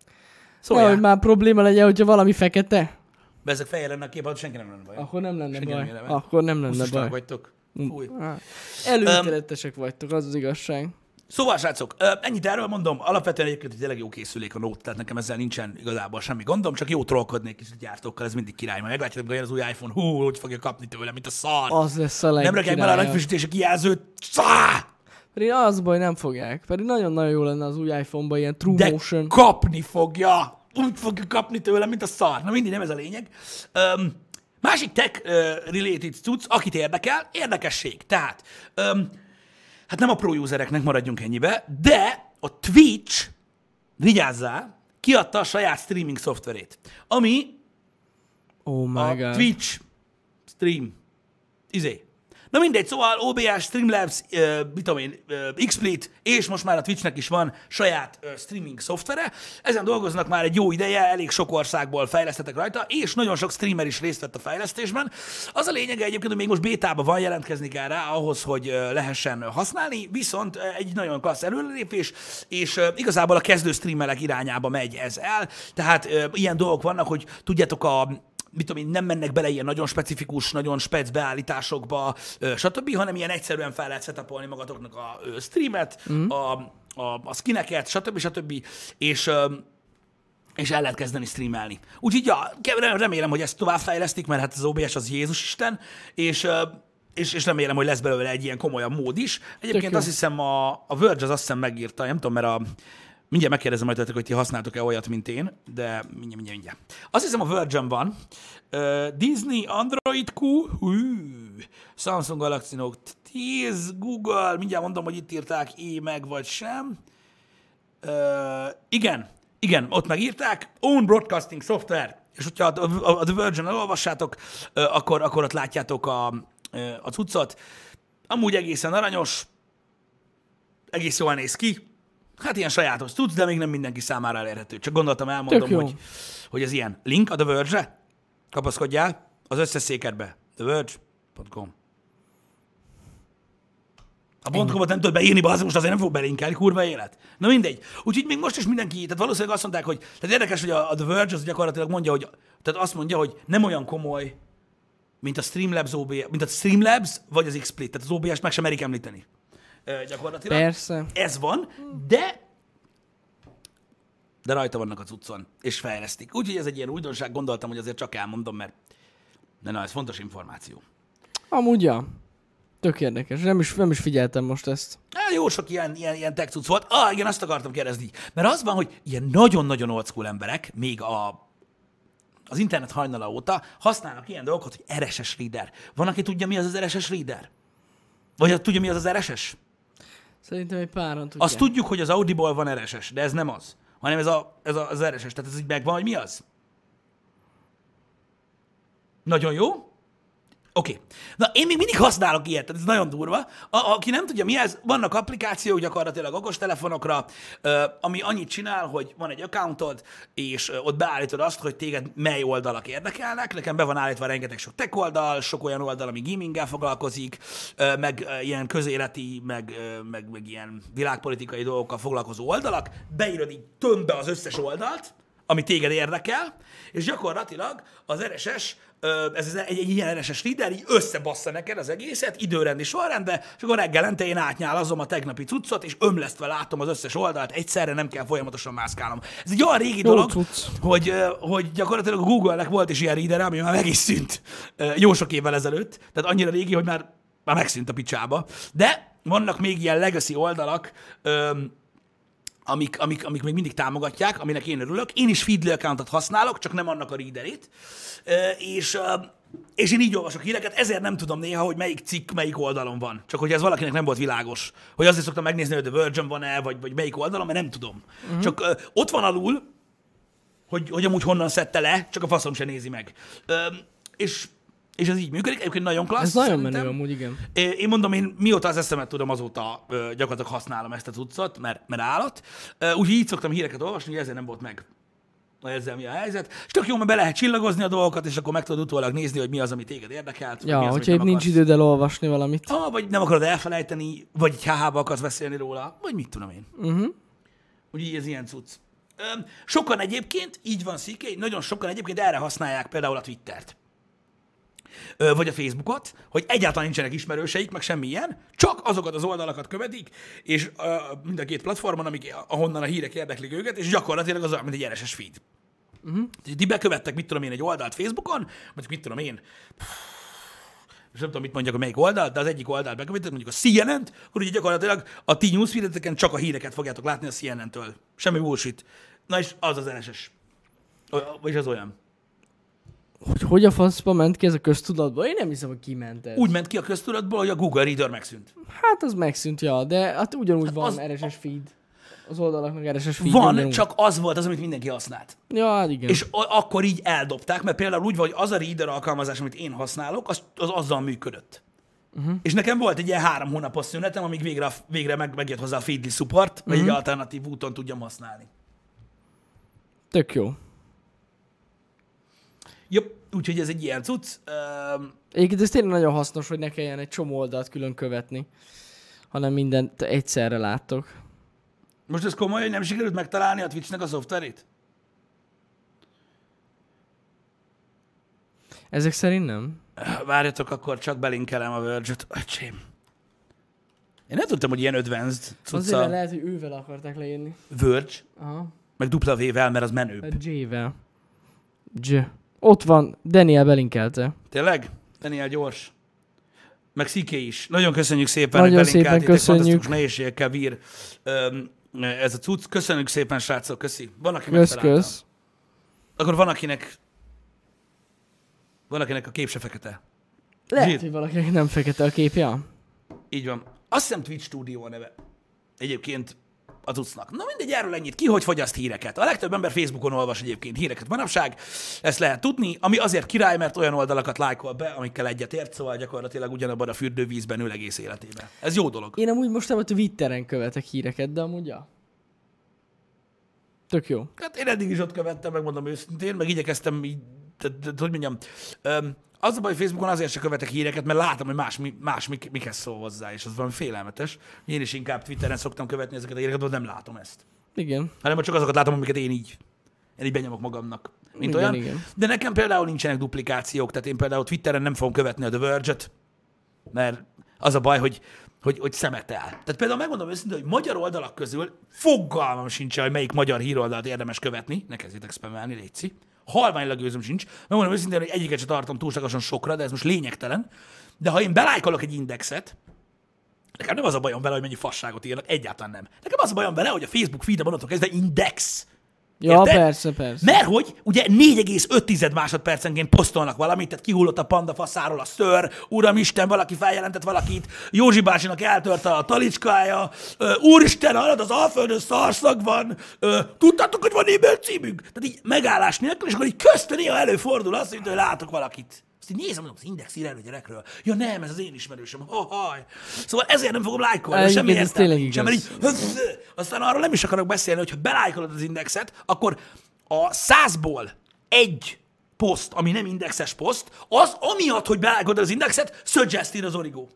Szóval, hogy már probléma legyen, hogyha valami fekete?
Be ezek fejjel lenne a kép, hát senki nem lenne baj.
Akkor nem lenne
Senki nem
baj.
jelemet.
Akkor nem lenne
Húszostanak
baj.
vagytok. Fúj.
Hát, Előítéletesek vagytok, az az igazság.
Szóval, srácok, ö, ennyit erről mondom. Alapvetően egyébként egy tényleg jó készülék a Note, tehát nekem ezzel nincsen igazából semmi gondom, csak jó trollkodnék kicsit a gyártókkal, ez mindig király. Majd meglátjátok, hogy jön az új iPhone, hú, hogy fogja kapni tőle, mint a szar.
Az lesz a
nem rakják bele a
legkirályabb.
nagyfrissítési kijelzőt. Szá!
Pedig az baj, nem fogják. Pedig nagyon-nagyon jó lenne az új iPhone-ban ilyen True
De
Motion.
kapni fogja. Úgy fogja kapni tőle, mint a szar. Na mindig nem ez a lényeg. Um, másik tech uh, related cucc, akit érdekel, érdekesség. Tehát, um, hát nem a pro usereknek maradjunk ennyibe, de a Twitch, vigyázzál, kiadta a saját streaming szoftverét, ami
Oh
a
my god.
Twitch stream. Izé. Na mindegy, szóval OBS, Streamlabs, uh, mit tudom én, uh, XSplit, és most már a Twitchnek is van saját uh, streaming szoftvere. Ezen dolgoznak már egy jó ideje, elég sok országból fejlesztettek rajta, és nagyon sok streamer is részt vett a fejlesztésben. Az a lényege egyébként, hogy még most bétában van, jelentkezni kell rá ahhoz, hogy uh, lehessen használni, viszont uh, egy nagyon klassz előlépés, és uh, igazából a kezdő streamelek irányába megy ez el. Tehát uh, ilyen dolgok vannak, hogy tudjátok a mit tudom én, nem mennek bele ilyen nagyon specifikus, nagyon spec beállításokba, ö, stb., hanem ilyen egyszerűen fel lehet setupolni magatoknak a ö, streamet, mm. a, a, a skineket, stb. stb. És ö, és el lehet kezdeni streamelni. Úgyhogy ja, ke- remélem, hogy ezt továbbfejlesztik, mert hát az OBS az Jézus Isten, és, ö, és, és remélem, hogy lesz belőle egy ilyen komolyabb mód is. Egyébként
jó.
azt hiszem a, a Verge az azt hiszem megírta, nem tudom, mert a, mindjárt megkérdezem majd tőletek, hogy ti használtok-e olyat, mint én, de mindjárt, mindjárt, mindjárt. Azt hiszem a Virgin van. Ö, Disney, Android Q, hű, Samsung Galaxy Note 10, Google, mindjárt mondom, hogy itt írták, é meg vagy sem. Ö, igen, igen, ott megírták, Own Broadcasting Software, és hogyha a, a, a The Virgin elolvassátok, ö, akkor, akkor ott látjátok a, ö, a cuccot. Amúgy egészen aranyos, egész jól néz ki. Hát ilyen sajátos tudsz, de még nem mindenki számára elérhető. Csak gondoltam, elmondom,
Tök jó.
hogy, hogy ez ilyen. Link a The Verge-re, kapaszkodjál az összes székedbe. TheVerge.com a pontkomot nem tudod beírni, bazd, most azért nem fog belinkelni, kurva élet. Na mindegy. Úgyhogy még most is mindenki, tehát valószínűleg azt mondták, hogy, tehát érdekes, hogy a, a The Verge az gyakorlatilag mondja, hogy, tehát azt mondja, hogy nem olyan komoly, mint a Streamlabs, OBS, mint a Streamlabs vagy az XSplit, tehát az OBS-t meg sem merik említeni. Ö, Gyakorlatilag
Persze.
ez van, de de rajta vannak a cuccon, és fejlesztik. Úgyhogy ez egy ilyen újdonság, gondoltam, hogy azért csak elmondom, mert de na, ez fontos információ.
Amúgy ja. Tök érdekes. Nem is, nem is figyeltem most ezt.
Á, jó sok ilyen, ilyen, ilyen tech cucc volt. Ah, igen, azt akartam kérdezni. Mert az van, hogy ilyen nagyon-nagyon old school emberek, még a az internet hajnala óta használnak ilyen dolgokat, hogy RSS reader. Van, aki tudja, mi az az RSS reader? Vagy tudja, mi az az RSS?
Szerintem egy páran tudják.
Azt tudjuk, hogy az Audible van RSS, de ez nem az, hanem ez, a, ez a, az RSS. Tehát ez így megvan, hogy mi az? Nagyon jó. Oké. Okay. Na, én még mindig használok ilyet, tehát ez nagyon durva. A, aki nem tudja, mi ez, vannak applikációk gyakorlatilag okostelefonokra, ö, ami annyit csinál, hogy van egy accountod, és ö, ott beállítod azt, hogy téged mely oldalak érdekelnek. Nekem be van állítva rengeteg sok tech oldal, sok olyan oldal, ami gaminggel foglalkozik, ö, meg ö, ilyen közéleti, meg, ö, meg, meg ilyen világpolitikai dolgokkal foglalkozó oldalak. Beírod így tömbbe az összes oldalt, ami téged érdekel, és gyakorlatilag az RSS, ö, ez az egy, egy ilyen RSS reader, így összebassza neked az egészet, időrendi sorrendbe, és akkor reggelente én átnyálazom a tegnapi cuccot, és ömlesztve látom az összes oldalt, egyszerre nem kell folyamatosan mászkálnom. Ez egy olyan régi
Jó
dolog,
cucc.
hogy, ö, hogy gyakorlatilag a Google-nek volt is ilyen reader, ami már meg is szűnt ö, jó sok évvel ezelőtt, tehát annyira régi, hogy már, már megszűnt a picsába. De vannak még ilyen legacy oldalak, öm, amik, amik, amik még mindig támogatják, aminek én örülök. Én is Feedly accountot használok, csak nem annak a readerét. Ö, És, ö, és én így olvasok híreket, ezért nem tudom néha, hogy melyik cikk melyik oldalon van. Csak hogy ez valakinek nem volt világos. Hogy azért szoktam megnézni, hogy a Virgin van-e, vagy, vagy melyik oldalon, mert nem tudom.
Mhm.
Mm-hmm. Csak ö, ott van alul, hogy, hogy amúgy honnan szedte le, csak a faszom se nézi meg. Ö, és, és ez így működik, egyébként nagyon klassz.
Ez nagyon
szerintem.
menő amúgy, igen.
Ö, Én mondom, én mióta az eszemet tudom, azóta ö, gyakorlatilag használom ezt a cuccot, mert, mert állat. Ö, Úgyhogy így szoktam híreket olvasni, hogy ezért nem volt meg. Na ezzel mi a helyzet. És tök jó, mert be lehet csillagozni a dolgokat, és akkor meg tudod utólag nézni, hogy mi az, ami téged érdekelt. vagy mi
Ja,
az, amit
hogyha
nem
épp nincs
akarsz.
időd elolvasni valamit.
Ah, vagy nem akarod elfelejteni, vagy egy háhába akarsz beszélni róla, vagy mit tudom én.
Uh-huh.
Úgyhogy ez ilyen cucc. Öm, Sokan egyébként, így van Sziké, nagyon sokan egyébként erre használják például a Twittert. ö, vagy a Facebookot, hogy egyáltalán nincsenek ismerőseik, meg semmilyen, csak azokat az oldalakat követik, és ö, mind a két platformon, amik, ahonnan a hírek érdeklik őket, és gyakorlatilag az olyan, mint egy RSS feed. Uh-huh. Ti bekövettek, mit tudom én, egy oldalt Facebookon, mondjuk mit tudom én, és nem tudom, mit mondjak, a melyik oldalt, de az egyik oldalt bekövetett, mondjuk a CNN-t, akkor ugye gyakorlatilag a ti newsfeedeteken csak a híreket fogjátok látni a CNN-től. Semmi bullshit. Na és az az RSS. Oly- Vagyis az olyan.
Hogy hogy a faszba ment ki ez a köztudatba? Én nem hiszem, hogy kiment ez.
Úgy ment ki a köztudatból, hogy a Google Reader megszűnt.
Hát az megszűnt, ja, de hát ugyanúgy hát van
az-
az, RSS feed. Az oldalaknak RSS feed.
Van,
ugyanúgy.
csak az volt az, amit mindenki használt.
Ja, hát igen.
És a- akkor így eldobták, mert például úgy van, hogy az a reader alkalmazás, amit én használok, az, az azzal működött. Uh-huh. És nekem volt egy ilyen három hónapos szünetem, amíg végre, a- végre meg, megjött hozzá a Feedly support, uh-huh. vagy egy alternatív úton tudjam használni.
Tök jó.
Jobb, úgyhogy ez egy ilyen cucc. Öm,
Egyébként ez tényleg nagyon hasznos, hogy ne kelljen egy csomó oldalt külön követni, hanem mindent egyszerre láttok.
Most ez komoly, hogy nem sikerült megtalálni a Twitchnek a szoftverét?
Ezek szerint nem?
Várjatok, akkor csak belinkelem a Verge-ot. Öcsém. Én nem tudtam, hogy ilyen advanced
Azért mert
cucca
lehet, hogy ővel akarták leírni.
Verge,
Aha.
meg dupla V-vel, mert az menőbb.
A J-vel. J. Ott van, Daniel belinkelte.
Tényleg? Daniel gyors. Meg Sziké is. Nagyon köszönjük szépen,
Nagyon
hogy belinkeltétek.
szépen köszönjük.
Fantasztikus nehézségekkel bír öm, ez a cucc. Köszönjük szépen, srácok, köszi. Van, aki
Kösz,
megtalálta.
kösz.
Akkor van, akinek van, akinek a kép se fekete. Zsír.
Lehet, hogy valakinek nem fekete a képje.
Így van. Azt hiszem Twitch Studio a neve. Egyébként a tucnak. Na mindegy, erről ennyit. Ki hogy fogyaszt híreket? A legtöbb ember Facebookon olvas egyébként híreket manapság. Ezt lehet tudni, ami azért király, mert olyan oldalakat lájkol be, amikkel egyetért, szóval gyakorlatilag ugyanabban a fürdővízben ül egész életében. Ez jó dolog.
Én amúgy mostában Twitteren követek híreket, de amúgy ja. Tök jó.
Hát én eddig is ott követtem, megmondom őszintén, meg igyekeztem így, tehát, tehát, hogy mondjam, öm, az a baj, hogy Facebookon azért se követek híreket, mert látom, hogy más, mi- más mik, mikhez szól hozzá, és az valami félelmetes. Én is inkább Twitteren szoktam követni ezeket a híreket, de nem látom ezt.
Igen.
hanem csak azokat látom, amiket én így, én így benyomok magamnak, mint
Igen,
olyan.
igen.
De nekem például nincsenek duplikációk, tehát én például Twitteren nem fogom követni a The Verge-et, mert az a baj, hogy, hogy, hogy szemetel. Tehát például megmondom őszintén, hogy magyar oldalak közül fogalmam sincs, hogy melyik magyar híroldalt érdemes követni. Ne kezdjétek spamelni, Léci. Halványlag őzöm sincs. Megmondom őszintén, hogy egyiket sem tartom túlságosan sokra, de ez most lényegtelen. De ha én belájkolok egy indexet, Nekem nem az a bajom vele, hogy mennyi fasságot írnak, egyáltalán nem. Nekem az a bajom vele, hogy a Facebook feed-em onnantól kezdve index.
Ja,
Érted?
persze, persze.
Mert hogy ugye 4,5 másodpercenként posztolnak valamit, tehát kihullott a panda faszáról a ször, uramisten, valaki feljelentett valakit, Józsi bácsinak eltört a talicskája, ö, úristen, hallod, az Alföldön szarszag van, ö, tudtátok, hogy van e-mail címünk? Tehát így megállás nélkül, és akkor így közte néha előfordul az, hogy látok valakit. Azt így nézem, mondom, az Index ír elő gyerekről. Ja nem, ez az én ismerősöm. Haj. Szóval ezért nem fogom lájkolni,
Egyébként
semmi
ez
értelme
tényleg
nincsen, mert
igaz.
így Hözzö! Aztán arról nem is akarok beszélni, hogy ha belájkolod az indexet, akkor a százból egy poszt, ami nem indexes poszt, az amiatt, hogy belájkolod az indexet, suggestír az origó.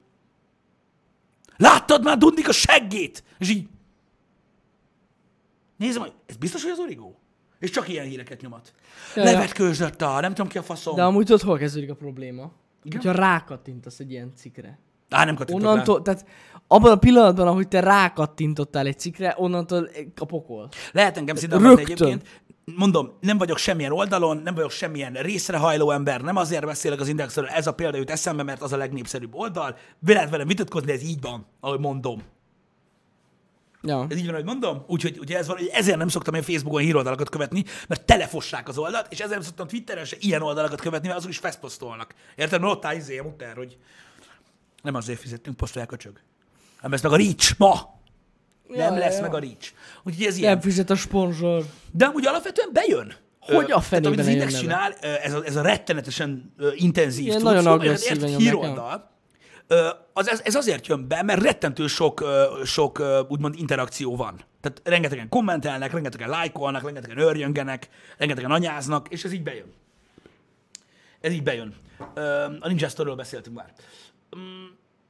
Láttad már Dundik a seggét? És így nézem, hogy ez biztos, hogy az origó? És csak ilyen híreket nyomat.
Ja, ja.
Levetkőzött a, nem tudom ki a faszom.
De amúgy tudod, hol kezdődik a probléma? Hogyha rákattintasz egy ilyen cikkre.
Á, nem kattintok rá.
Onnantól, tehát abban a pillanatban, ahogy te rákattintottál egy cikkre, onnantól a pokol.
Lehet engem szidargatni
Rögtön.
egyébként. Mondom, nem vagyok semmilyen oldalon, nem vagyok semmilyen részrehajló ember, nem azért beszélek az indexről, ez a példa jut eszembe, mert az a legnépszerűbb oldal. Be lehet velem vitatkozni, ez így van, ahogy mondom.
Ja.
Ez így van, ahogy mondom? Úgyhogy ugye ez van, hogy ezért nem szoktam én Facebookon híroldalakat követni, mert telefossák az oldalt, és ezért nem szoktam Twitteren se ilyen oldalakat követni, mert azok is feszposztolnak. Érted? Mert ott áll izé, ott erre, hogy nem azért fizettünk, posztolják a csög. Nem lesz meg a reach ma. Nem
ja,
lesz
ja.
meg a reach. Úgyhogy ez ilyen.
Nem fizet a sponzor.
De amúgy alapvetően bejön.
Hogy a
Ö, tehát
fenében
amit az
ne
index
jönne
csinál, ö, ez a, ez a rettenetesen ö, intenzív
Ilyen
cucc,
nagyon
szóval, érted,
agresszíven
érted,
nyomják el.
híroldal. Ö, Az, ez, ez azért jön be, mert rettentő sok, ö, sok ö, úgymond interakció van. Tehát rengetegen kommentelnek, rengetegen lájkolnak, rengetegen örjöngenek, rengetegen anyáznak, és ez így bejön. Ez így bejön. Ö, A Ninja Store-ról beszéltünk már. Mm,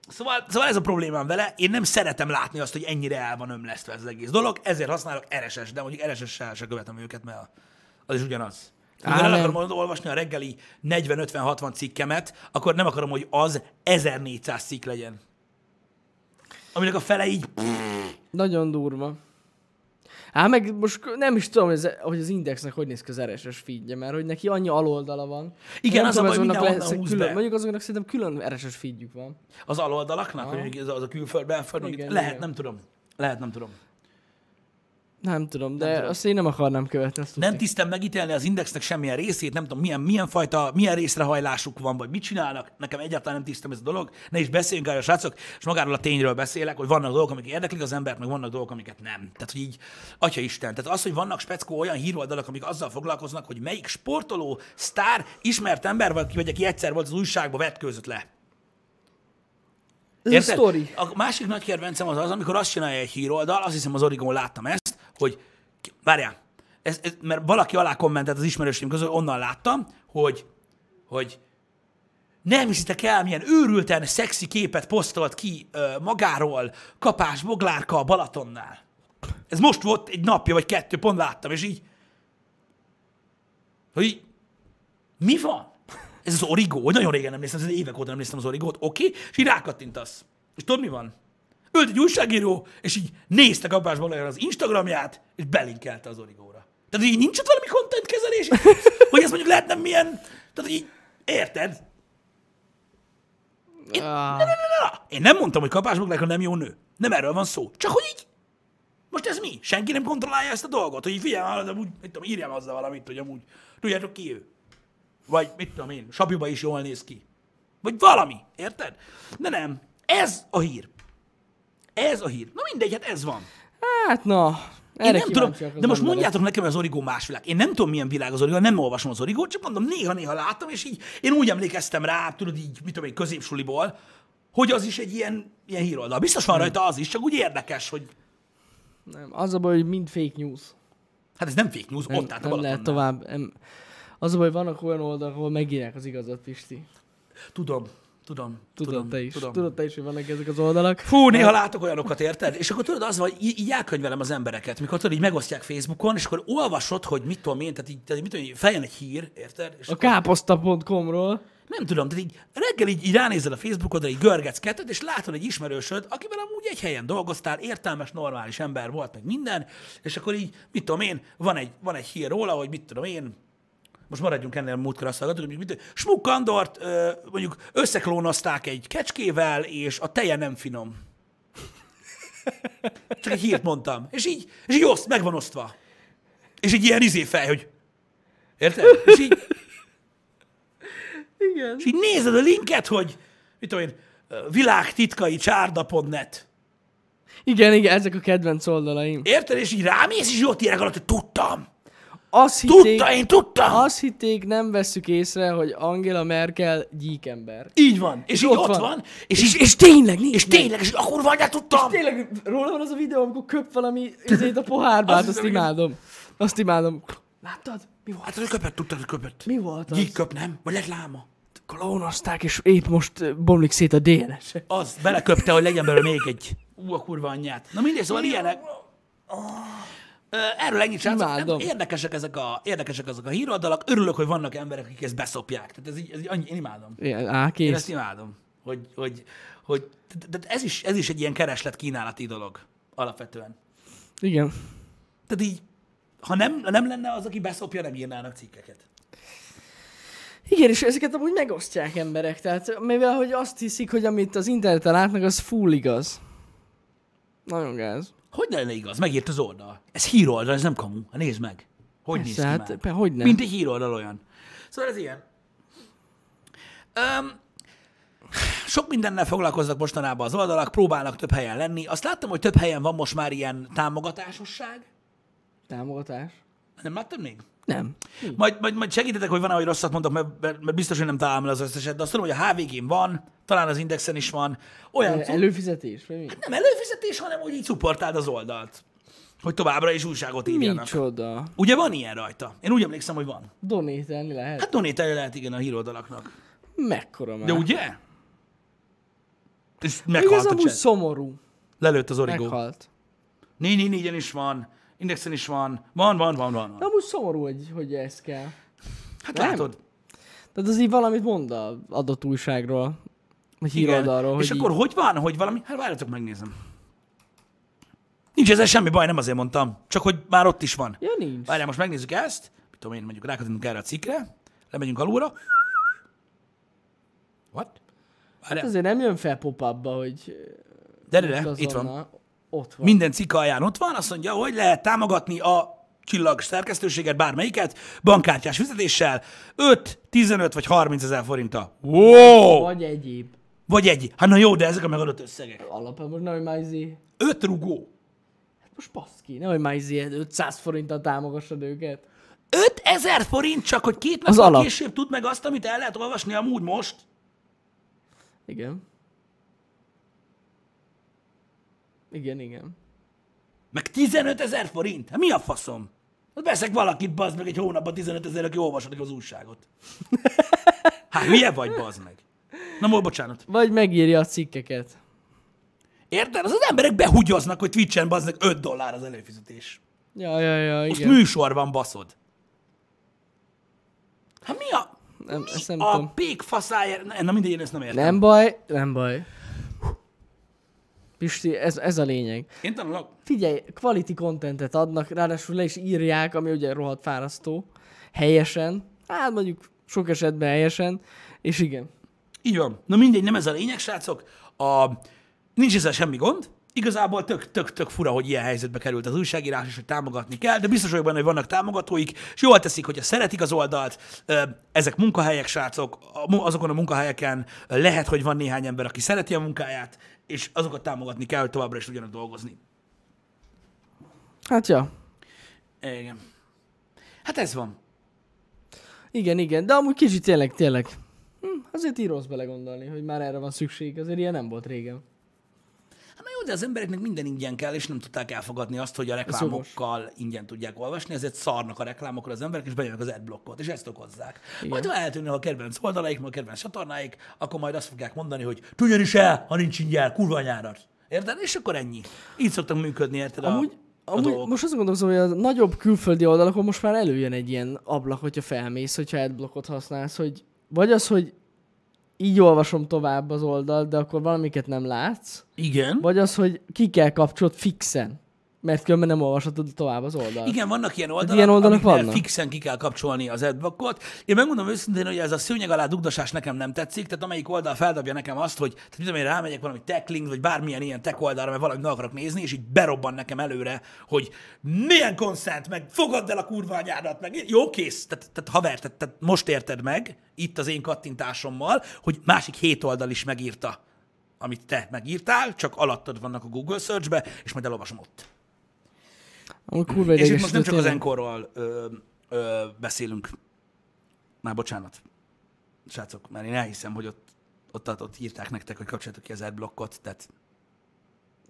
Szóval, szóval ez a problémám vele, én nem szeretem látni azt, hogy ennyire el van ömlesztve ez az egész dolog, ezért használok RSS, de mondjuk RSS-sel se követem őket, mert az is ugyanaz. Mivel el
Ámen.
akarom olvasni a reggeli 40-50-60 cikkemet, akkor nem akarom, hogy az 1400 cikk legyen. Aminek a fele így...
Nagyon durva. Á, meg most k- nem is tudom, hogy az- hogy az Indexnek hogy néz ki az RSS feedje, mert hogy neki annyi aloldala van.
Igen,
nem
az a
tudom, azoknak
baj, mindenhonnan
lesz-e
húz
külön,
be.
Mondjuk azoknak szerintem külön RSS feedjük van.
Az aloldalaknak, hogy az, az a külföldben, földön,
Igen,
lehet,
igen.
nem tudom. Lehet, nem tudom.
Nem tudom, de nem
tudom.
azt én nem akarnám követni. Azt
Nem
tudni.
tisztem megítélni az indexnek semmilyen részét, nem tudom, milyen, milyen fajta, milyen részrehajlásuk van, vagy mit csinálnak. Nekem egyáltalán nem tisztem ez a dolog. Ne is beszéljünk erről, srácok, és magáról a tényről beszélek, hogy vannak dolgok, amik érdeklik az embert, meg vannak dolgok, amiket nem. Tehát, hogy így, atya Isten. Tehát az, hogy vannak speckó olyan híroldalak, amik azzal foglalkoznak, hogy melyik sportoló, sztár, ismert ember, vagy, vagy aki egyszer volt az újságban, vetkőzött le.
Ez a sztori.
A másik nagy kedvencem az az, amikor azt csinálja egy híroldal, azt hiszem az Origón láttam ezt, hogy várjál, ez, ez, mert valaki alá kommentelt az ismerősém közül, onnan láttam, hogy, hogy nem hiszitek el, milyen őrülten szexi képet posztolt ki ö, magáról Kapás Boglárka a Balatonnál. Ez most volt egy napja, vagy kettő, pont láttam, és így, hogy így, mi van? Ez az origó, hogy nagyon régen nem néztem, ez évek óta nem néztem az origót, oké, okay? és így rákattintasz. És tudod, mi van? Ült egy újságíró, és így nézte Kapás Balajra az Instagramját, és belinkelte az origóra. Tehát, hogy így nincs ott valami content kezelés? Hogy ez mondjuk lehetne milyen... Tehát, hogy így, érted?
Ah,
Na, na, én nem mondtam, hogy Kapás Boglárka nem jó nő. Nem erről van szó. Csak hogy így. Most ez mi? Senki nem kontrollálja ezt a dolgot, hogy így figyelj, hallod, amúgy, mit tudom, írjam azzal valamit, hogy amúgy tudjátok ki ő. Vagy mit tudom én, Sabiba is jól néz ki. Vagy valami, érted? De nem, ez a hír. Ez a hír. Na mindegy, hát ez van.
Hát na, erre
Én nem tudom,
kíváncsiak az
de most
emberek.
mondjátok nekem, hogy az origó más világ. Én nem tudom, milyen világ az origó, nem olvasom az origót, csak mondom, néha-néha láttam, és így én úgy emlékeztem rá, tudod így, mit tudom én, középsuliból, hogy az is egy ilyen, ilyen híroldal. Biztos van rajta az is, csak úgy érdekes, hogy
Nem, az a baj, hogy mind fake news.
hát ez nem fake news, nem, ott állt a
nem lehet
Balatonnál.
tovább. Nem. Az a baj, vannak olyan oldalak, ahol megírják az igazat, Pisti.
Tudom, tudom,
Tudod
tudom,
te is.
tudom.
Tudod te is, hogy vannak ezek az oldalak.
Fú, néha látok olyanokat, érted? És akkor tudod, az vagy, így, így elkönyvelem az embereket, mikor tudod, így megosztják Facebookon, és akkor olvasod, hogy mit tudom én, tehát így, tehát így mit tudom, én, feljön egy hír, érted? És
A káposzta.com-ról.
Nem tudom, tehát így reggel így, így ránézel a Facebookodra, így görgetsz kettőt, és látod egy ismerősöd, akivel amúgy egy helyen dolgoztál, értelmes, normális ember volt, meg minden, és akkor így, mit tudom én, van egy, van egy hír róla, hogy mit tudom én, most maradjunk ennél a múltkor azt hallgatunk, hogy mit, Smuk Andort ö, mondjuk összeklónozták egy kecskével, és a teje nem finom. Csak egy hírt mondtam. És így, és így oszt, meg van osztva. És egy ilyen izé fej, hogy érted? És így,
Igen.
és így nézed a linket, hogy mit tudom én, világtitkai csárda.net.
Igen, igen, ezek a kedvenc oldalaim.
Érted? És így rámész, és így ott írek alatt, hogy tudtam.
Azt hitték,
Tudta, én tudtam.
azt hitték, nem veszük észre, hogy Angela Merkel gyíkember.
Így van. És, így ott,
ott
van.
van.
És, és, és tényleg, és tényleg, és akkor vagy, hát tudtam.
Tényleg, róla van az a videó, amikor köp valami izét a pohárba, hát
Azt
azt
hiszem, igen.
imádom. Azt imádom. Láttad? Mi volt?
Hát, hogy köpött, tudtad, hogy köpött.
Mi volt az?
Így köp, nem? Vagy lett láma.
Klónozták, és épp most ö, bomlik szét a DNS-e.
Az beleköpte, hogy legyen belőle még egy. Ú, a kurva anyját. Na mindegy, szóval ilyenek. Ö, Erről ennyit srácok.
Imádom.
Érdekesek ezek a, érdekesek ezek a híroldalak. Örülök, hogy vannak emberek, akik ezt beszopják. Tehát ez így, ez így annyi, én imádom.
Igen, á,
Én
kész.
ezt imádom, hogy, hogy, hogy de de ez, is, ez is egy ilyen kereslet-kínálati dolog alapvetően.
Igen.
Tehát így, ha nem, ha nem lenne az, aki beszopja, nem írnának cikkeket.
Igen, és ezeket amúgy megosztják emberek, tehát mivel hogy azt hiszik, hogy amit az interneten látnak, az full igaz. Nagyon gáz.
Hogy ne lenne igaz? Megírt az oldal. Ez híroldal, ez nem kamu. Hát nézd meg. Hogy
Persze,
néz ki
hát,
már?
pe- hogy nem.
Mint egy híroldal olyan. Szóval ez ilyen. Um, sok mindennel foglalkoznak mostanában az oldalak, próbálnak több helyen lenni. Azt láttam, hogy több helyen van most már ilyen támogatásosság.
Támogatás?
Nem láttam még?
Nem.
Majd, majd, majd segítetek, hogy van-e, hogy rosszat mondok, mert, mert, mert biztos, hogy nem találom el az összeset, de azt tudom, hogy a HVG-n van, talán az Indexen is van, olyan,
E-
el,
Előfizetés, vagy mi?
nem előfizetés, hanem hogy így szupportáld az oldalt, hogy továbbra is újságot írjanak.
Micsoda.
Ugye van ilyen rajta? Én úgy emlékszem, hogy van.
Donételni lehet?
Hát donételje lehet igen a híroldalaknak.
Mekkora már.
De ugye? És
Még ez
meghalt a
amúgy
chat.
szomorú.
Lelőtt az origó.
Meghalt.
444-en is van, Indexen is van, van, van, van, van. van.
De amúgy szomorú, hogy, hogy ez kell.
Hát
Nem?
látod.
Tehát az így valamit mond a adott újságról, vagy híroldalról, hogy
És
így-
akkor hogy van, hogy valami? Hát várjatok, megnézem. Nincs ezzel semmi baj, nem azért mondtam. Csak hogy már ott is van.
Ja, nincs.
Várjál, most megnézzük ezt. Mit tudom én, mondjuk rákatintunk erre a cikkre. Lemegyünk alulra. What?
Hát
Várjál,
azért nem jön fel pop hogy
de, de, de,
most
Hát, itt van.
azonnal Ott van.
Minden cikk alján ott van, azt mondja, hogy lehet támogatni a csillag szerkesztőséget, bármelyiket, bankkártyás fizetéssel 5, 15 vagy 30 ezer forinttal. Wow!
Vagy egyéb.
Vagy egy. Hát na jó, de ezek a megadott összegek.
Alapján most nehogy már izé...
5 rugó.
Hát most paszki, nehogy már izé 500 forinttal támogassad őket.
5000 forint csak, hogy két
Az
nappal
alap.
később tud meg azt, amit el lehet olvasni amúgy most.
Igen. Igen, igen.
Meg 15 ezer forint. Hát mi a faszom? Hát veszek valakit, bazd meg egy hónapban 15 ezer, aki olvasod az
[laughs]
újságot. Hát hülye vagy, bazd meg. Na, mol, bocsánat.
Vagy megírja a cikkeket.
Érted? Az, az emberek behugyoznak, hogy Twitch-en bazd meg 5 dollár az előfizetés.
Ja, ja, ja,
Most
igen.
Igen. műsor van, baszod. Hát mi a...
Nem, ezt nem
a
tudom.
pék faszájár... Na, na mindegy, én ezt nem értem.
Nem baj, nem baj. Pisti, ez, ez a lényeg.
Én tanulok.
Figyelj, quality contentet adnak, ráadásul le is írják, ami ugye rohadt fárasztó. Helyesen. Hát mondjuk sok esetben helyesen. És igen.
Így van. Na mindegy, nem ez a lényeg, srácok. A... Nincs ezzel semmi gond. Igazából tök, tök, tök fura, hogy ilyen helyzetbe került az újságírás, és hogy támogatni kell, de biztos vagyok benne, hogy vannak támogatóik, és jól teszik, hogyha szeretik az oldalt. Ö, Ezek munkahelyek, srácok, A mu- azokon a munkahelyeken lehet, hogy van néhány ember, aki szereti a munkáját, és azokat támogatni kell, hogy továbbra is tudjanak dolgozni.
Hát ja.
Igen. Hát ez van.
Igen, igen, de amúgy kicsit tényleg, tényleg. Hm, azért így rossz belegondolni, hogy már erre van szükség, azért ilyen nem volt régen.
Hát na jó, de az embereknek minden ingyen kell, és nem tudták elfogadni azt, hogy a reklámokkal ingyen tudják olvasni, ezért szarnak a reklámokra az emberek, és bejönnek az adblockot, és ezt okozzák. Igen. Majd ha eltűnnek a kedvenc oldalaik, meg a kedvenc csatornáik, akkor majd azt fogják mondani, hogy tudjon is el, ha nincs ingyen, kurva nyárat. Érted? És akkor ennyi. Így szoktak működni, érted?
Amúgy,
a, a
amúgy
dolgok.
most azt gondolom, hogy a nagyobb külföldi oldalakon most már előjön egy ilyen ablak, hogyha felmész, hogyha adblockot használsz, hogy vagy az, hogy így olvasom tovább az oldalt, de akkor valamiket nem látsz,
Igen.
vagy az, hogy ki kell kapcsolod fixen, mert különben nem olvashatod tovább az oldalt.
Igen, vannak ilyen oldalak,
Hát ilyen oldalak
amiknél
vannak?
fixen ki kell kapcsolni az adblockot. Én megmondom őszintén, hogy ez a szőnyeg alá dugdosás nekem nem tetszik, tehát amelyik oldal feldobja nekem azt, hogy tehát mit tudom én rámegyek valami techlink, vagy bármilyen ilyen tech oldalra, mert valamit meg akarok nézni, és így berobban nekem előre, hogy milyen konszent, meg fogadd el a kurványádat, meg jó, kész. Tehát, tehát haver, tehát, tehát most érted meg, itt az én kattintásommal, hogy másik hét oldal is megírta, amit te megírtál, csak alattad vannak a Google search-be, és majd elolvasom ott.
Amúgy kurva
És itt
idegesítő
most nem csak az
tényleg.
enkorról ö, ö, beszélünk. Már bocsánat. Srácok, mert én elhiszem, hogy ott, ott, ott, ott írták nektek, hogy kapcsoljátok ki az adblockot, tehát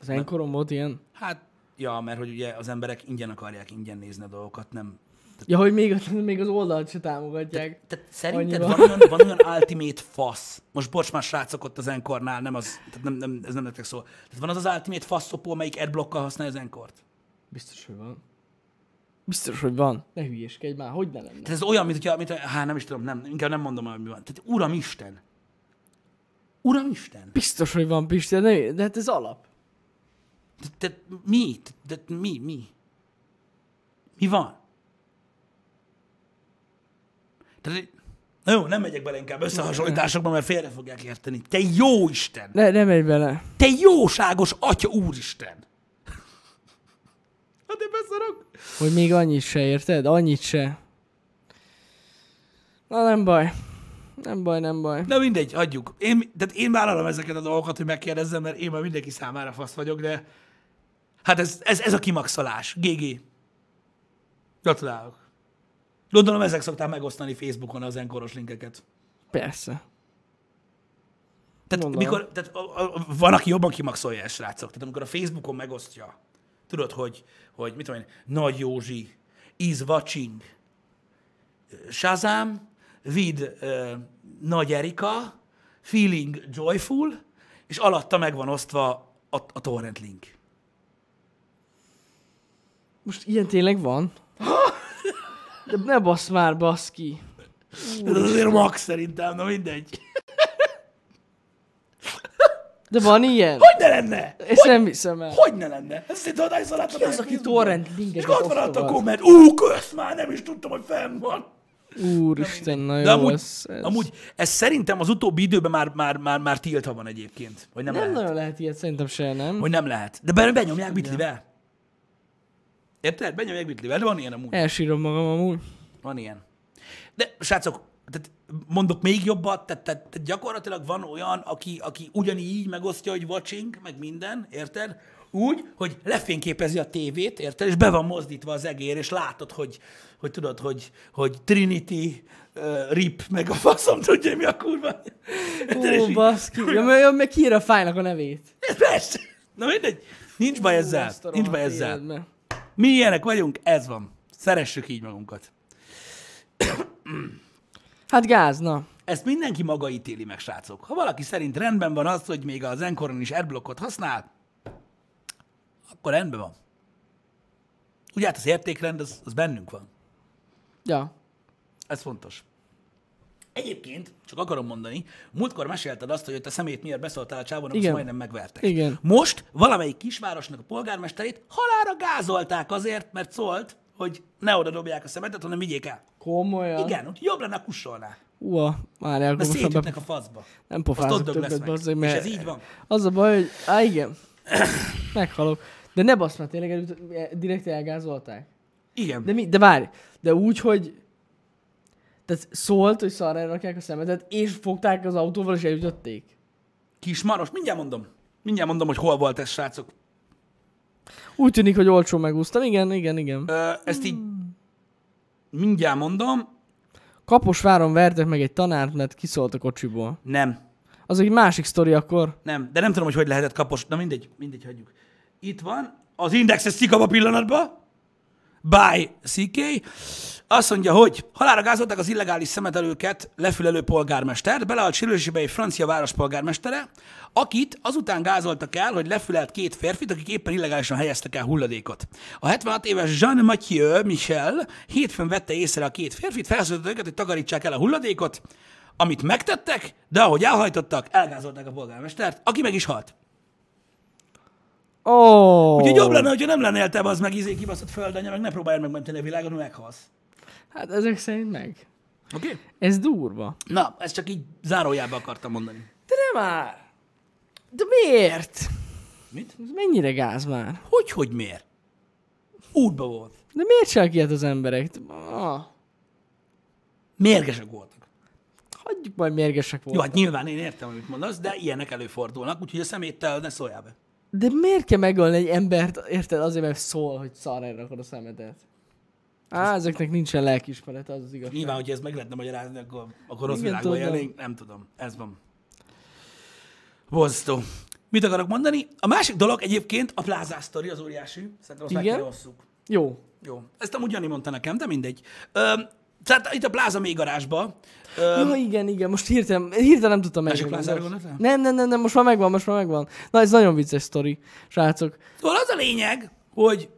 Az enkoron volt ilyen?
hát, ja, mert hogy ugye az emberek ingyen akarják ingyen nézni a dolgokat, nem.
Ja, hogy még, még az oldalt se támogatják.
Tehát szerinted
Annyira.
van olyan, van olyan ultimate fasz, most bocs már srácok ott az enkornál, nem az, tehát nem, nem, ez nem nektek szól. Tehát van az az ultimate faszopó, amelyik adblockkal használja az enkort?
Biztos, hogy van. Biztos, hogy van. Ne hülyéskedj már, hogy ne lenne.
Tehát ez olyan, mint hogyha, mint, hogyha- hát nem is tudom, nem, inkább nem mondom, el, hogy mi van. Tehát uramisten. Uramisten.
Biztos, hogy van, Pisti, de, ne, de hát ez alap.
Tehát te, mi? Tehát te, mi? Mi? Mi van? Tehát, na jó, nem megyek bele inkább összehasonlításokba, mert félre fogják érteni. Te jó Isten!
Ne, ne menj bele.
Te jóságos Atya Úristen! [laughs] Hát én beszarok!
Hogy még annyit se, érted? Annyit se. Na nem baj. Nem baj, nem baj.
Na mindegy, hagyjuk. Én, tehát én vállalom ezeket a dolgokat, hogy megkérdezzem, mert én már mindenki számára fasz vagyok, de hát ez, ez, ez a kimaxolás. GG. Gratulálok. Gondolom ezek szokták megosztani Facebookon az enkoros linkeket.
Persze.
Tehát,
Gondolom.
mikor, tehát a, a, a- van, aki jobban kimaxolja ezt, srácok. Tehát amikor a Facebookon megosztja, tudod, hogy, hogy mit tudom én, Nagy Józsi is watching Shazam with uh, Nagy Erika feeling joyful, és alatta meg van osztva a, a torrent link.
Most ilyen tényleg van? De ne basz már, basz ki.
Ez azért max szerintem, na mindegy.
De van ilyen?
Hogy ne lenne?
Ezt nem hiszem el.
Hogy ne lenne? Ez itt adály szalátra Ki
az, aki torrent linkeket
És ott van ott a
osztogat?
komment. Ú, kösz már, nem is tudtam, hogy fenn van.
Úristen, na jó
De amúgy,
lesz ez.
amúgy ez szerintem az utóbbi időben már, már, már, már tiltva van egyébként. Vagy nem,
nem
lehet.
nagyon lehet ilyet, szerintem se, nem?
Hogy nem lehet. De be- benyomják bitlivel. Érted? Benyomják bitlivel, de van ilyen amúgy.
Elsírom magam amúgy.
Van ilyen. De srácok, tehát mondok még jobbat, tehát, tehát, tehát gyakorlatilag van olyan, aki, aki ugyanígy megosztja, hogy watching, meg minden, érted? Úgy, hogy lefényképezi a tévét, érted? És be van mozdítva az egér, és látod, hogy, hogy tudod, hogy, hogy Trinity, uh, Rip, meg a faszom tudja, mi a kurva. Érted? És
Ó,
így-
baszki. Ja, mert- ja, meg kiír a fájnak a nevét.
Persze. Na mindegy. Nincs baj
Ú, hát
ezzel.
azt a
Nincs baj
rohadt
ezzel.
életbe.
Mi ilyenek vagyunk, ez van. Szeressük így magunkat.
Hát gáz, na.
Ezt mindenki maga ítéli meg, srácok. Ha valaki szerint rendben van az, hogy még az enkoron is adblockot használ, akkor rendben van. Ugye hát az értékrend, az, az bennünk van.
Ja.
Ez fontos. Egyébként, csak akarom mondani, múltkor mesélted azt, hogy ott a szemét miért beszóltál a csávónak, azt
Igen.
majdnem megvertek.
Igen.
Most valamelyik kisvárosnak a polgármesterét halára gázolták azért, mert szólt, hogy ne oda dobják a szemetet, hanem vigyék el.
Komolyan.
Igen, úgyhogy jobb lenne, kussolná.
Ua, már el,
Mert
akkor most
szétütnek
be...
a faszba.
Nem
Azt ott
pofázok
dög lesz
többet,
meg.
bazzeg,
És
mert...
ez így van.
Az a baj, hogy... Á, igen. [coughs] Meghalok. De ne basz, mert tényleg elüt- direkt elgázolták.
Igen.
De, mi, de várj, de úgy, hogy tehát szólt, hogy szarra elrakják a szemetet, és fogták az autóval, és elütötték.
Kismaros, mindjárt mondom. Mindjárt mondom, hogy hol volt ez, srácok.
Úgy tűnik, hogy olcsó megúsztam. Igen, igen, igen.
Ö, ezt így mindjárt mondom.
Kaposváron vertek meg egy tanárt, mert kiszólt a kocsiból.
Nem,
Az egy másik sztori akkor.
nem. De nem tudom, hogy hogy lehetett kapos. Na mindegy, mindegy, hagyjuk. Itt van. Az index ez szikab a pillanatban. By CK. Azt mondja, hogy halára gázolták az illegális szemetelőket lefülelő polgármestert, belehalt sérülésébe egy francia város polgármestere, akit azután gázoltak el, hogy lefülelt két férfit, akik éppen illegálisan helyeztek el hulladékot. A 76 éves Jean Mathieu Michel hétfőn vette észre a két férfit, felszólította őket, hogy takarítsák el a hulladékot, amit megtettek, de ahogy elhajtottak, elgázolták a polgármestert, aki meg is halt.
Ó. Oh.
Úgyhogy jobb lenne, hogyha nem lennél te az meg izé kibaszott földanya, meg ne próbálj megmenteni a világot, mert meghalsz.
Hát ezek szerint meg.
Oké? Okay?
Ez durva.
Na, ezt csak így zárójába akartam mondani.
De nem már. De miért?
Mit?
Ez mennyire gáz már?
Hogy, hogy miért? Útba volt.
De miért csinálják ilyet az emberek? Ah,
Mérgesek voltak.
hagyjuk majd mérgesek
Jó,
voltak.
hát nyilván én értem, amit mondasz, de ilyenek előfordulnak, úgyhogy a szeméttel ne szóljál be.
De miért kell megölni egy embert, érted, azért, mert szól, hogy szarra rakod a szemetet? Á, ezeknek nincsen lelkiismerete, az az igaz.
Nyilván, hogy ez meg lehetne magyarázni, akkor, akkor rossz
Igen,
világban
tudom.
élnénk. Nem tudom. Ez van. Borzasztó. Mit akarok mondani? A másik dolog egyébként a plázás sztori, az óriási. Szerintem azt meg
Igen?
kell osszuk.
Jó.
Jó. Ezt amúgy Jani mondta nekem, de mindegy. Ö, tehát itt a pláza mély garázsba. Ö,
Ja, igen, igen, most hirtelen, hirtelen nem tudtam meg.
Másik plázára gondoltál?
Nem, nem, nem, nem, most már megvan, most már megvan. Na, ez nagyon vicces sztori, srácok.
Szóval az a lényeg, hogy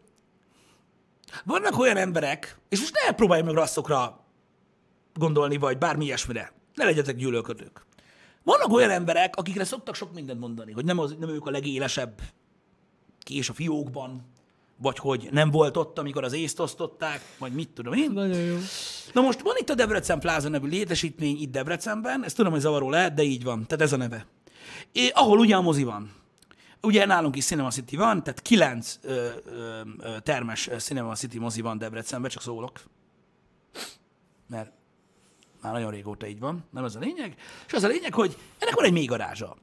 vannak olyan emberek, és most ne próbálj meg rasszokra gondolni, vagy bármi ilyesmire. Ne legyetek gyűlölködők. Vannak olyan emberek, akikre szoktak sok mindent mondani, hogy nem, az, nem ők a legélesebb kés a fiókban, vagy hogy nem volt ott, amikor az észt osztották, vagy mit tudom én.
Nagyon jó.
Na most van itt a Debrecen Plaza nevű létesítmény itt Debrecenben, ezt tudom, hogy zavaró lehet, de így van, tehát ez a neve. É, ahol ugye a mozi van. Ugye nálunk is Cinema City van, tehát kilenc ö, ö, ö, termes ö, Cinema City mozi van Debrecenben, csak szólok. Mert már nagyon régóta így van, nem ez a lényeg. És az a lényeg, hogy ennek van egy mély garázsa,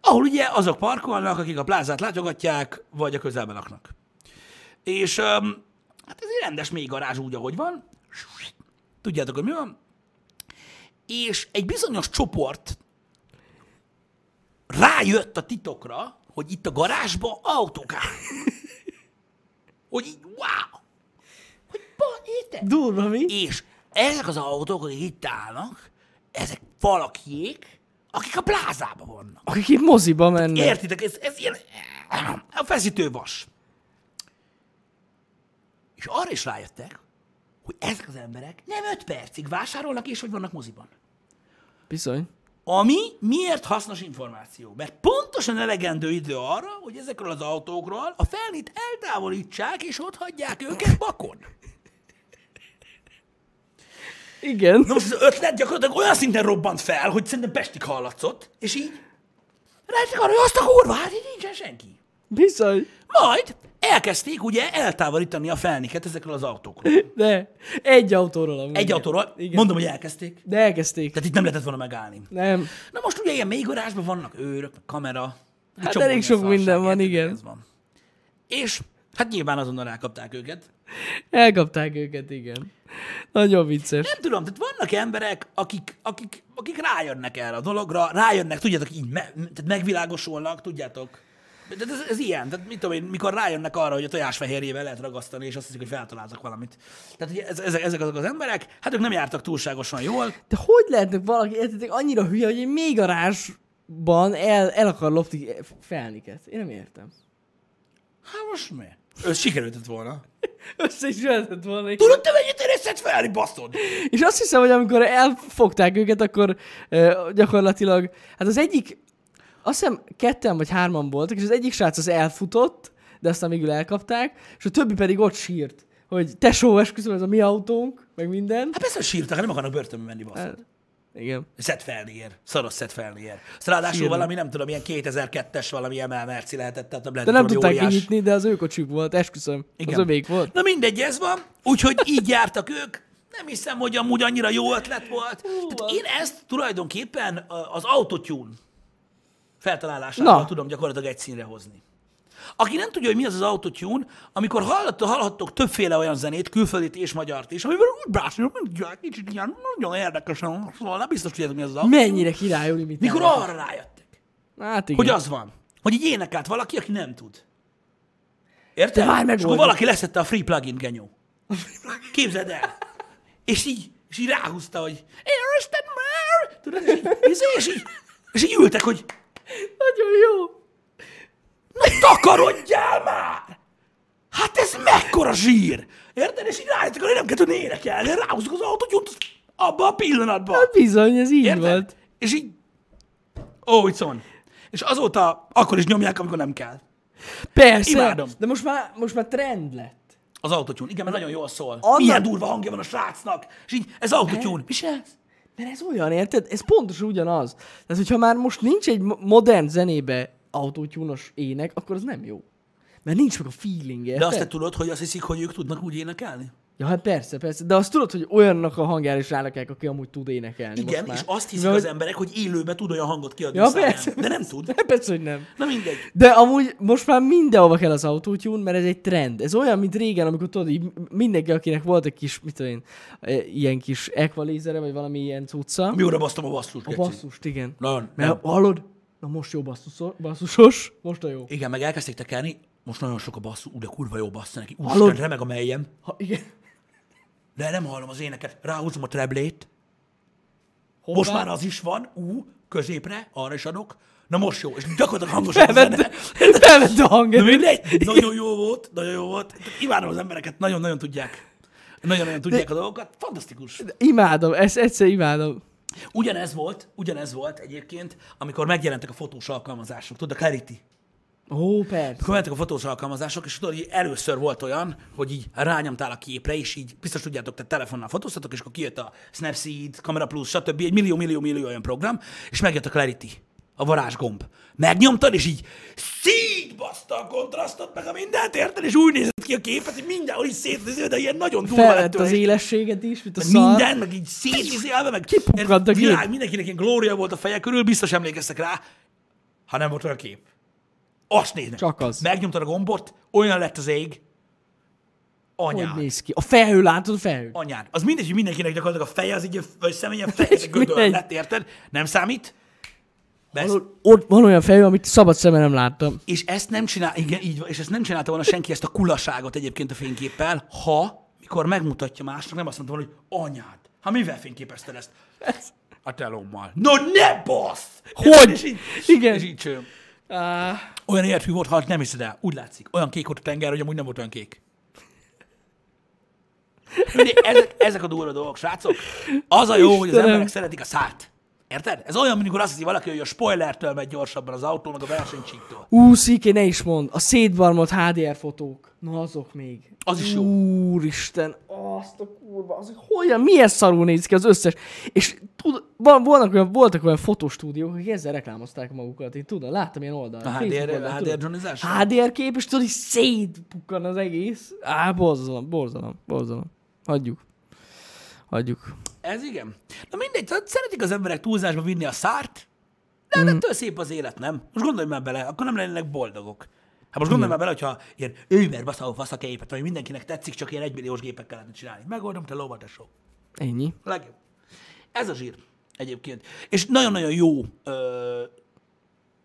ahol ugye azok parkolnak, akik a plázát látogatják, vagy a közelben laknak. És öm, hát ez egy rendes mély garázs úgy, ahogy van. Tudjátok, hogy mi van? És egy bizonyos csoport rájött a titokra, hogy itt a garázsba autók áll. Hogy így, wow! Hogy ba, érted?
Durva, mi?
És ezek az autók, akik itt állnak, ezek valakiék, akik a plázában vannak.
Akik itt moziba mennek.
Értitek? Ez, ez ilyen a feszítő vas. És arra is rájöttek, hogy ezek az emberek nem 5 percig vásárolnak és hogy vannak moziban.
Bizony.
Ami miért hasznos információ? Mert pontosan elegendő idő arra, hogy ezekről az autókról a felnit eltávolítsák, és ott hagyják őket bakon.
Igen.
Na most az ötlet gyakorlatilag olyan szinten robbant fel, hogy szerintem Pestig hallatszott, és így rájöttek arra, hogy azt a kurva, hát így nincsen senki.
Bizony.
Majd elkezdték ugye eltávolítani a felniket ezekről az autókról.
De. Egy autóról amúgy.
Egy autóról,
Igen.
mondom, hogy elkezdték.
De elkezdték.
Tehát itt nem lehetett volna megállni.
Nem.
Na most ugye ilyen mélygarázsban vannak őrök, meg kamera. egy
Hát
csomó
elég
ilyen
sok minden
szarság,
van,
érted,
igen.
ez van. És hát nyilván azonnal rákapták őket.
Elkapták őket, igen. Nagyon vicces.
Nem tudom, tehát vannak emberek, akik, akik, akik rájönnek erre a dologra, rájönnek, tudjátok, így me, tehát megvilágosulnak, tudjátok. Tehát ez, ez, ilyen, tehát mit tudom én, mikor rájönnek arra, hogy a tojásfehérjével lehet ragasztani, és azt hiszik, hogy feltaláltak valamit. Tehát ugye ez, ezek, ezek azok az emberek, hát ők nem jártak túlságosan jól,
De hogy lehetnek valaki, értetek, annyira hülye, hogy egy mély garázsban el, el akar lopni felniket? Én nem értem.
hát most mi? Ez sikerült volna.
Össze is lehetett volna.
Tudod, te mennyit érezted felni, baszod?
És azt hiszem, hogy amikor elfogták őket, akkor ö, gyakorlatilag, hát az egyik, azt hiszem ketten vagy hárman voltak, és az egyik srác az elfutott, de aztán végül elkapták, és a többi pedig ott sírt, hogy tesó, esküszöm, ez a mi autónk, meg minden.
Hát persze, hogy sírtak, hát nem akarnak börtönbe menni, basz.
Hát, igen.
Szed felnér, szaros szed felnér. Azt ráadásul
Sírnak.
valami, nem tudom, ilyen 2002-es valami emelmerci lehetett, tehát nem
De
lehetett
nem
valami
tudták
óriás.
kinyitni, de az ő kocsik volt, esküszöm. Igen. Az
Igen.
övék volt.
Na mindegy, ez van. Úgyhogy így jártak ők. Nem hiszem, hogy amúgy annyira jó ötlet volt. Tehát én ezt tulajdonképpen a- az autotune feltalálásával
Na.
tudom gyakorlatilag egy színre hozni. Aki nem tudja, hogy mi az az autotune, amikor hallott, hallhattok többféle olyan zenét, külföldit és magyart is, amivel úgy brászolok, hogy jaj, kicsit ilyen nagyon érdekesen, szóval nem biztos tudjátok, mi az az autotune.
Mennyire királyul imitálni.
Mikor arra rájöttek,
Hát igen.
hogy az van, hogy így énekelt valaki, aki nem tud.
De
Érted?
már
És akkor
megoldott.
valaki leszette a free plugin genyó. Képzeld el. És így, és így ráhúzta, hogy Érted már? Tudod, és így, és így- és így, és így ültek, hogy
Nagyon jó.
na takarodjál már! Hát ez mekkora zsír! Érted? És így rájöttek, hogy nem kell tudni énekelni. Ráhúztuk az autót, jut abba a pillanatban.
Hát bizony, ez így
Érted?
volt.
És így, ó, itt van. És azóta akkor is nyomják, amikor nem kell.
Persze.
Imádom.
De most már, most már trend lett.
Az autotune. Igen, mert nagyon jól szól.
Annak-
Milyen durva hangja van a srácnak. És így, ez autotune. Mi se ez?
Mert ez olyan, érted? Ez pontosan ugyanaz. Tehát, hogyha már most nincs egy mo- modern zenébe autótyúnos ének, akkor az nem jó. Mert nincs meg a feeling, érted?
De azt te tudod, hogy azt hiszik, hogy ők tudnak úgy énekelni?
Ja, hát persze, persze. De azt tudod, hogy olyannak a hangjára is rárakják, aki amúgy tud énekelni
Igen,
most már.
és azt hiszik
Mivel,
az emberek, hogy élőben tud olyan hangot kiadni
Ja,
a száján.
persze.
De nem
[laughs]
tud.
hogy... Hát Persze, hogy nem.
Na mindegy.
De amúgy most már mindenhova kell az autótyún, mert ez egy trend. Ez olyan, mint régen, amikor tudod, így mindenki, akinek volt egy kis, mit tudom én, e, ilyen kis equalizere, vagy valami ilyen cucca.
Mióra basztam a basszus,
A basszust, igen.
Nagyon,
Mert
nem.
hallod? Na most jó basszuszos, basszusos, most a jó.
Igen, meg elkezdték tekerni, most nagyon sok a basszú, úgy a kurva jó bassza neki.
Hallod?
Úristen, remeg a meljem.
Ha, igen.
De nem hallom az éneket. Ráhúzom a treblét.
Hoppá.
Most már az is van. Ú, középre, arra is adok. Na most jó. És gyakorlatilag hangos a zene.
Felvette, felvette a
De
hangerőt.
mindegy, nagyon jó volt, nagyon jó volt. Imádom az embereket, nagyon-nagyon tudják. Nagyon-nagyon tudják a dolgokat. Fantasztikus.
Imádom, ezt egyszer imádom.
Ugyanez volt, ugyanez volt egyébként, amikor megjelentek a fotós alkalmazások. Tudod, a Clarity.
Ó, persze.
Akkor mentek a fotós alkalmazások, és tudod, így először volt olyan, hogy így rányomtál a képre, és így biztos tudjátok, te telefonnal fotóztatok, és akkor kijött a Snapseed, Camera Plus, stb. Egy millió, millió, millió olyan program, és megjött a Clarity, a varázsgomb. Megnyomtad, és így szígy baszta a kontrasztot, meg a mindent, érted? És úgy nézett ki a képet, hogy mindenhol így szét, de ilyen nagyon durva
Felvett
tőle,
az
és
élességet is, mint a
meg
szar.
minden, meg így szétizélve, meg
Szóval Kipukkant a
Ez világ,
kép.
mindenkinek ilyen glória volt a feje körül, biztos emlékeztek rá, ha nem volt olyan kép. Azt néznek.
Csak az.
Megnyomtad a gombot, olyan lett az ég.
Hogy
Anyád.
néz ki? A felhő, látod a felhőt?
Anyád. Az mindegy, hogy mindenkinek gyakorlatilag a feje, az így, vagy
[laughs]
személyen feje,
És
gödör
mindegy.
lett, érted? Nem számít. Best.
Hallod, Ott van olyan felhő, amit szabad szemmel nem láttam.
És ezt nem csinál, igen, így van, és ezt nem csinálta volna senki ezt a kulaságot egyébként a fényképpel, ha, mikor megmutatja másnak, nem azt mondta volna, hogy anyád, ha mivel fényképezted ezt? A telommal. No ne basz!
Hogy?
És így,
Igen.
És így cső.
Áh,
Ah. Olyan életű volt, ha nem hiszed el. Úgy látszik. Olyan kék volt a tenger, hogy amúgy nem volt olyan kék. Ugye, ezek, ezek a durva dolgok, srácok. Az a jó, hogy az
Istenem.
emberek szeretik a szárt. Érted? Ez olyan, mint amikor azt hiszi valaki, hogy a spoilertől megy gyorsabban az autó, meg a versenycsíktól.
Ú, Sziké, ne is mond. A szétbarmolt HDR fotók. Na azok még.
Az is jó.
Úristen, azt a kurva, az hogyan, milyen szarul néz ki az összes. És tud, van, vannak olyan, voltak olyan fotostúdiók, akik ezzel reklámozták magukat. Én tudom, láttam ilyen oldalon.
A
Facebook
HDR,
oldalon,
a HDR
tudod.
Johnizás?
HDR kép, és tudod, így szétpukkan az egész. Á, borzalom, borzalom, borzalom. Hagyjuk. Hagyjuk.
Ez igen. Na mindegy, tehát szeretik az emberek túlzásba vinni a szárt, de mm. ettől szép az élet, nem? Most gondolj már bele, akkor nem lennének boldogok. Hát most gondolj már bele, hogyha ilyen őmer baszahó fasz a képet, vagy mindenkinek tetszik, csak ilyen egymilliós gépekkel lehetne csinálni. Megoldom, te lovat a show.
Ennyi.
A legjobb. Ez a zsír egyébként. És nagyon-nagyon jó ö,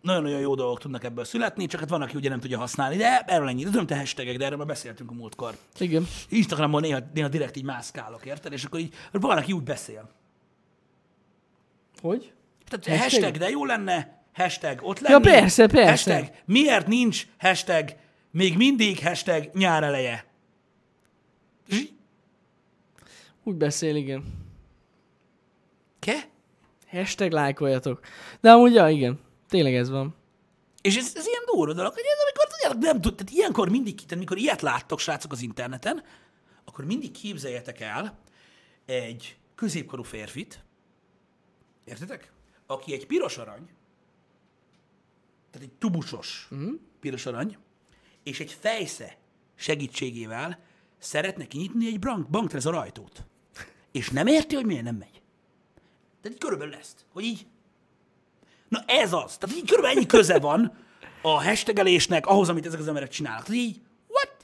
nagyon-nagyon jó dolgok tudnak ebből születni, csak hát van, aki ugye nem tudja használni, de erről ennyit. Tudom, te hashtagek, de erről már beszéltünk a múltkor.
Igen.
Instagramon néha, néha direkt így mászkálok, érted? És akkor így, van, aki úgy beszél.
Hogy?
Tehát hashtag?
Hashtag?
hashtag, de jó lenne, hashtag ott lenni.
Ja, persze, persze.
Hashtag, miért nincs hashtag, még mindig hashtag nyár eleje. És így,
Úgy beszél, igen.
Ke?
Hashtag lájkoljatok. De amúgy, ja, igen. Tényleg ez van.
És ez, ez ilyen durva dolog, hogy ez, amikor tudjátok, nem tud, tehát ilyenkor mindig, tehát mikor ilyet láttok, srácok, az interneten, akkor mindig képzeljetek el egy középkorú férfit, értitek? Aki egy piros arany, tehát egy tubusos mm. piros arany, és egy fejsze segítségével szeretne kinyitni egy bank, bankrezor ajtót. És nem érti, hogy miért nem megy. Tehát így körülbelül ezt, hogy így Na ez az. Tehát így körülbelül ennyi köze van a hashtagelésnek ahhoz, amit ezek az emberek csinálnak. Tehát így, what?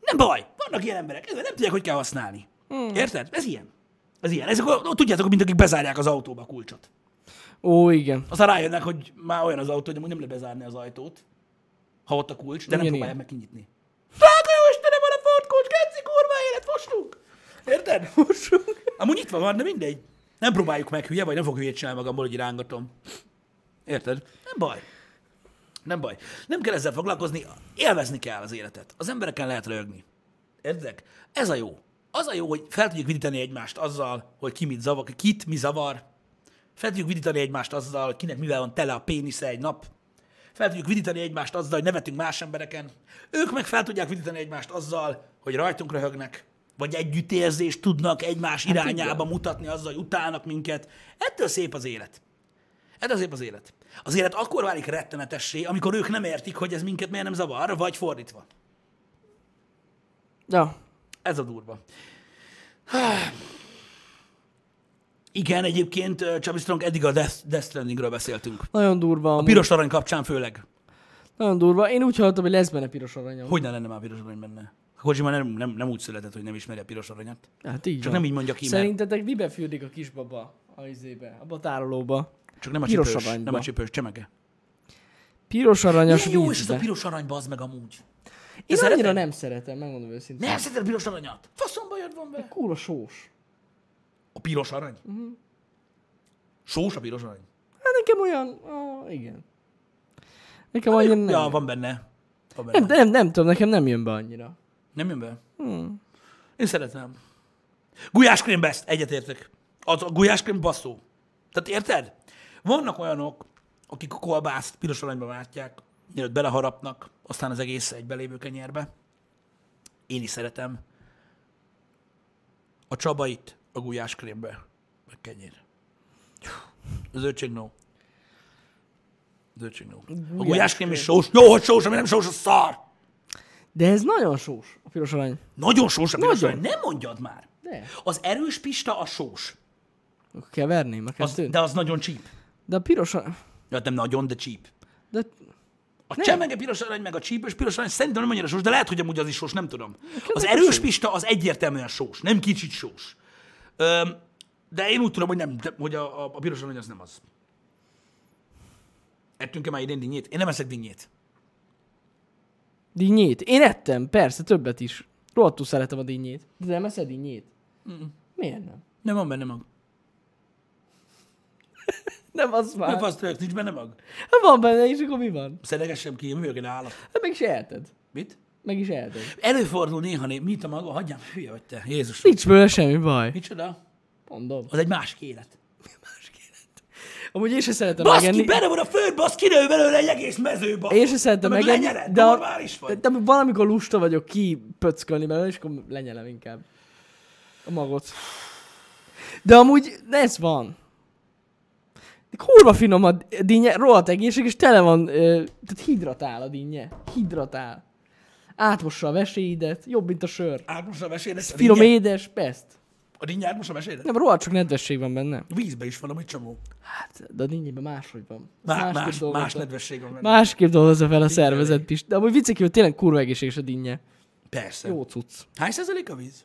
Nem baj, vannak ilyen emberek, ezzel nem tudják, hogy kell használni. Hmm. Érted? Ez ilyen. Ez ilyen. Ezek, o- tudjátok, mint akik bezárják az autóba a kulcsot.
Ó, igen.
Aztán rájönnek, hogy már olyan az autó, hogy amúgy nem lehet bezárni az ajtót, ha ott a kulcs, de nem
Igen,
próbálják
igen.
meg kinyitni. Drága jó Istenem, van a Ford kulcs, geci, kurva élet, fostunk!
[laughs]
Érted? Fostunk. Amúgy itt van, de mindegy. Nem próbáljuk meg, hülye vagy, nem fog hülyét csinálni magamból, hogy rángatom. Érted? Nem baj. Nem baj. Nem kell ezzel foglalkozni, élvezni kell az életet. Az embereken lehet rögni. Érdek? Ez a jó. Az a jó, hogy fel tudjuk vidítani egymást azzal, hogy ki mit zavar, kit mi zavar. Fel tudjuk vidítani egymást azzal, hogy kinek mivel van tele a pénisze egy nap. Fel tudjuk vidítani egymást azzal, hogy nevetünk más embereken. Ők meg fel tudják vidítani egymást azzal, hogy rajtunk röhögnek, vagy együttérzést tudnak egymás irányába mutatni azzal, hogy utálnak minket. Ettől szép az élet. Ez azért az élet. Az élet akkor válik rettenetessé, amikor ők nem értik, hogy ez minket miért nem zavar, vagy fordítva.
Ja.
Ez a durva. Há. Igen, egyébként ö, Chubby Strong eddig a Death, Death Strandingről beszéltünk.
Nagyon durva. Amúgy.
Piros arany kapcsán főleg.
Nagyon durva. Én úgy hallottam, hogy lesz benne piros aranyom.
Hogy ne lenne már piros arany benne? A Kojima nem, nem, nem úgy született, hogy nem ismeri a piros aranyat.
Hát így
Csak
van.
nem így mondja ki, mert-
Szerintetek mibe fürdik a kisbaba a izébe, abba a tárolóba?
Csak nem a
Piros
csipős,
aranyba.
nem a csipős csemege.
Piros aranyas
Milyen
jó,
jó is ez
vízbe.
a
Én
piros arany, bazd meg amúgy.
annyira
szereted?
nem szeretem, megmondom őszintén.
Nem szereted a piros aranyat? Faszom bajod van vele.
Kúra sós.
A piros arany?
Mhm.
Uh-huh. Sós a piros arany?
Hát nekem olyan... Ah, igen. Nekem annyira nem.
Ja, van benne. Van benne.
nem, nem, nem tudom, nekem nem jön be annyira.
Nem jön be? Hmm. Én szeretem. Gulyáskrém best, egyetértek. Az a gulyáskrém baszó. Tehát érted? Vannak olyanok, akik a kolbászt piros aranyba váltják, mielőtt beleharapnak, aztán az egész egy belévő kenyérbe. Én is szeretem. A Csabait a gulyáskrémbe, meg kenyér. Az öcség no. Az öcség no. A gulyáskrém is sós. Jó, hogy sós, ami nem sós, a szar!
De ez nagyon sós, a piros arany.
Nagyon sós a piros
Nagyon.
arany. Nem mondjad már.
De.
Az erős pista a sós.
Akkor keverném a
Az,
kettőt. de...
de az nagyon csíp.
de a piros arany...
Ja, nem nagyon, de csíp.
De...
A csemege piros arany, meg a csípős piros arany szerintem nem annyira sós, de lehet, hogy amúgy az is sós, Hát nem tudom. Az erős pista az egyértelműen sós, nem kicsit sós. Öm, de én úgy tudom, hogy, nem, de, hogy a, a, a piros arany az nem az. Ettünk-e már idén dinnyét? Én nem eszek dinnyét.
Dinnyét. Én ettem, persze, többet is. Rohadtul szeretem a dinnyét. De nem eszed dinnyét? Mm. Miért nem?
Nem van benne mag.
Nem az már.
Nem
Nem van.
fasz, nincs benne mag.
Ha van benne is, akkor mi van?
Szeregessem ki, én vagyok egy állat.
Hát meg se elted.
Mit?
Meg is eltűnt.
Előfordul néha, né- mit a maga, hagyjam, hülye vagy te, Jézus.
Nincs bőle semmi baj.
Micsoda?
Mondom.
Az egy másik élet.
Amúgy én se szeretem
Baszki,
megenni.
bele van a föld, baszki, kinő belőle egy egész mező, baszki.
Én se szeretem
De meg
megenni,
lenyered,
de, de,
normális vagy.
de valamikor lusta vagyok kipöckölni belőle, és akkor lenyelem inkább a magot. De amúgy ez van. De Kurva finom a dinnye, rohadt egészséges, és tele van, ö, tehát hidratál a dinnye. Hidratál. Átmossa a veséidet, jobb, mint a sör.
Ármus a mesélet. a
Finom
dinnye-
édes, best.
A dinnye ármus a mesélet.
Nem, rohadt csak nedvesség van benne.
Vízbe is van, amit csomó.
Hát, de a dinnyében máshogy van.
Má,
Másképp
más,
dolgozza.
más nedvesség van. benne.
Másképp dolgozza fel a szervezet is. De amúgy viccek, hogy tényleg kurva egészséges a dinnye.
Persze.
Jó cucc.
Hány százalék a víz?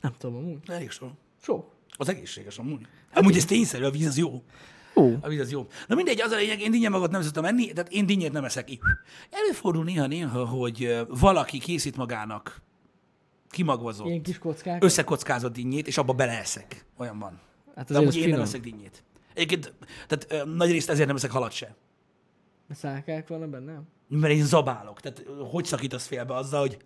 Nem tudom, amúgy.
Elég sok.
Sok.
Az egészséges amúgy.
Hát
Amúgy ez tényszerű, a víz az jó.
Ó.
A víz az jó. Na mindegy, az a lényeg, én dinnye magot nem szoktam enni, tehát én dinnyét nem eszek. Ih. Előfordul néha-néha, hogy ö, valaki készít magának kimagvazott,
Ilyen kis kockák.
összekockázott dinnyét, és abba beleeszek. Olyan van.
hát
De
azért
amúgy
az
én nem
finom.
eszek dinnyét. Egyébként, tehát ö, nagy részt ezért nem eszek halat se.
De Szákák van benne, nem?
Mert én zabálok. Tehát ö, hogy szakítasz félbe azzal, hogy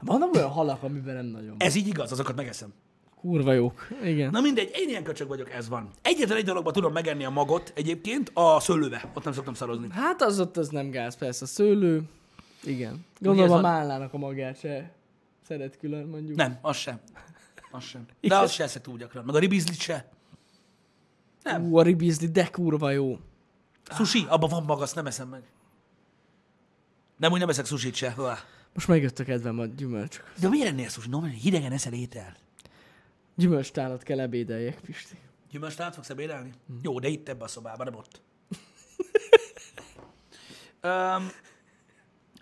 Vannak olyan halak, amiben nem nagyon.
ez így igaz, azokat megeszem.
E- Kurva jók. Igen.
Na mindegy, én ilyen köcsög vagyok, ez van. Egyetlen egy dologban tudom megenni a magot egyébként, a szőlőbe. Ott nem szoktam szarozni.
Hát az ott az nem gáz, persze. A szőlő. Igen.
ez
Gondolom a
van?
málnának a magját se szeret külön, mondjuk.
Nem, az sem. Az sem. De az se eszek túl gyakran. Meg a ribizlit se. nem.
Ú, a ribizli, de kurva jó.
Sushi, abban van maga, azt nem eszem meg. Nem, úgy nem eszek sushit se. Uah.
Most megjött a kedvem a gyümölcsök.
De miért ennél sushi? No, hidegen eszel étel.
Gyümölcstálat kell ebédeljek, Pisti.
Gyümölcs át fogsz ebédelni? Jó, de itt ebbe a szobában, nem ott. um,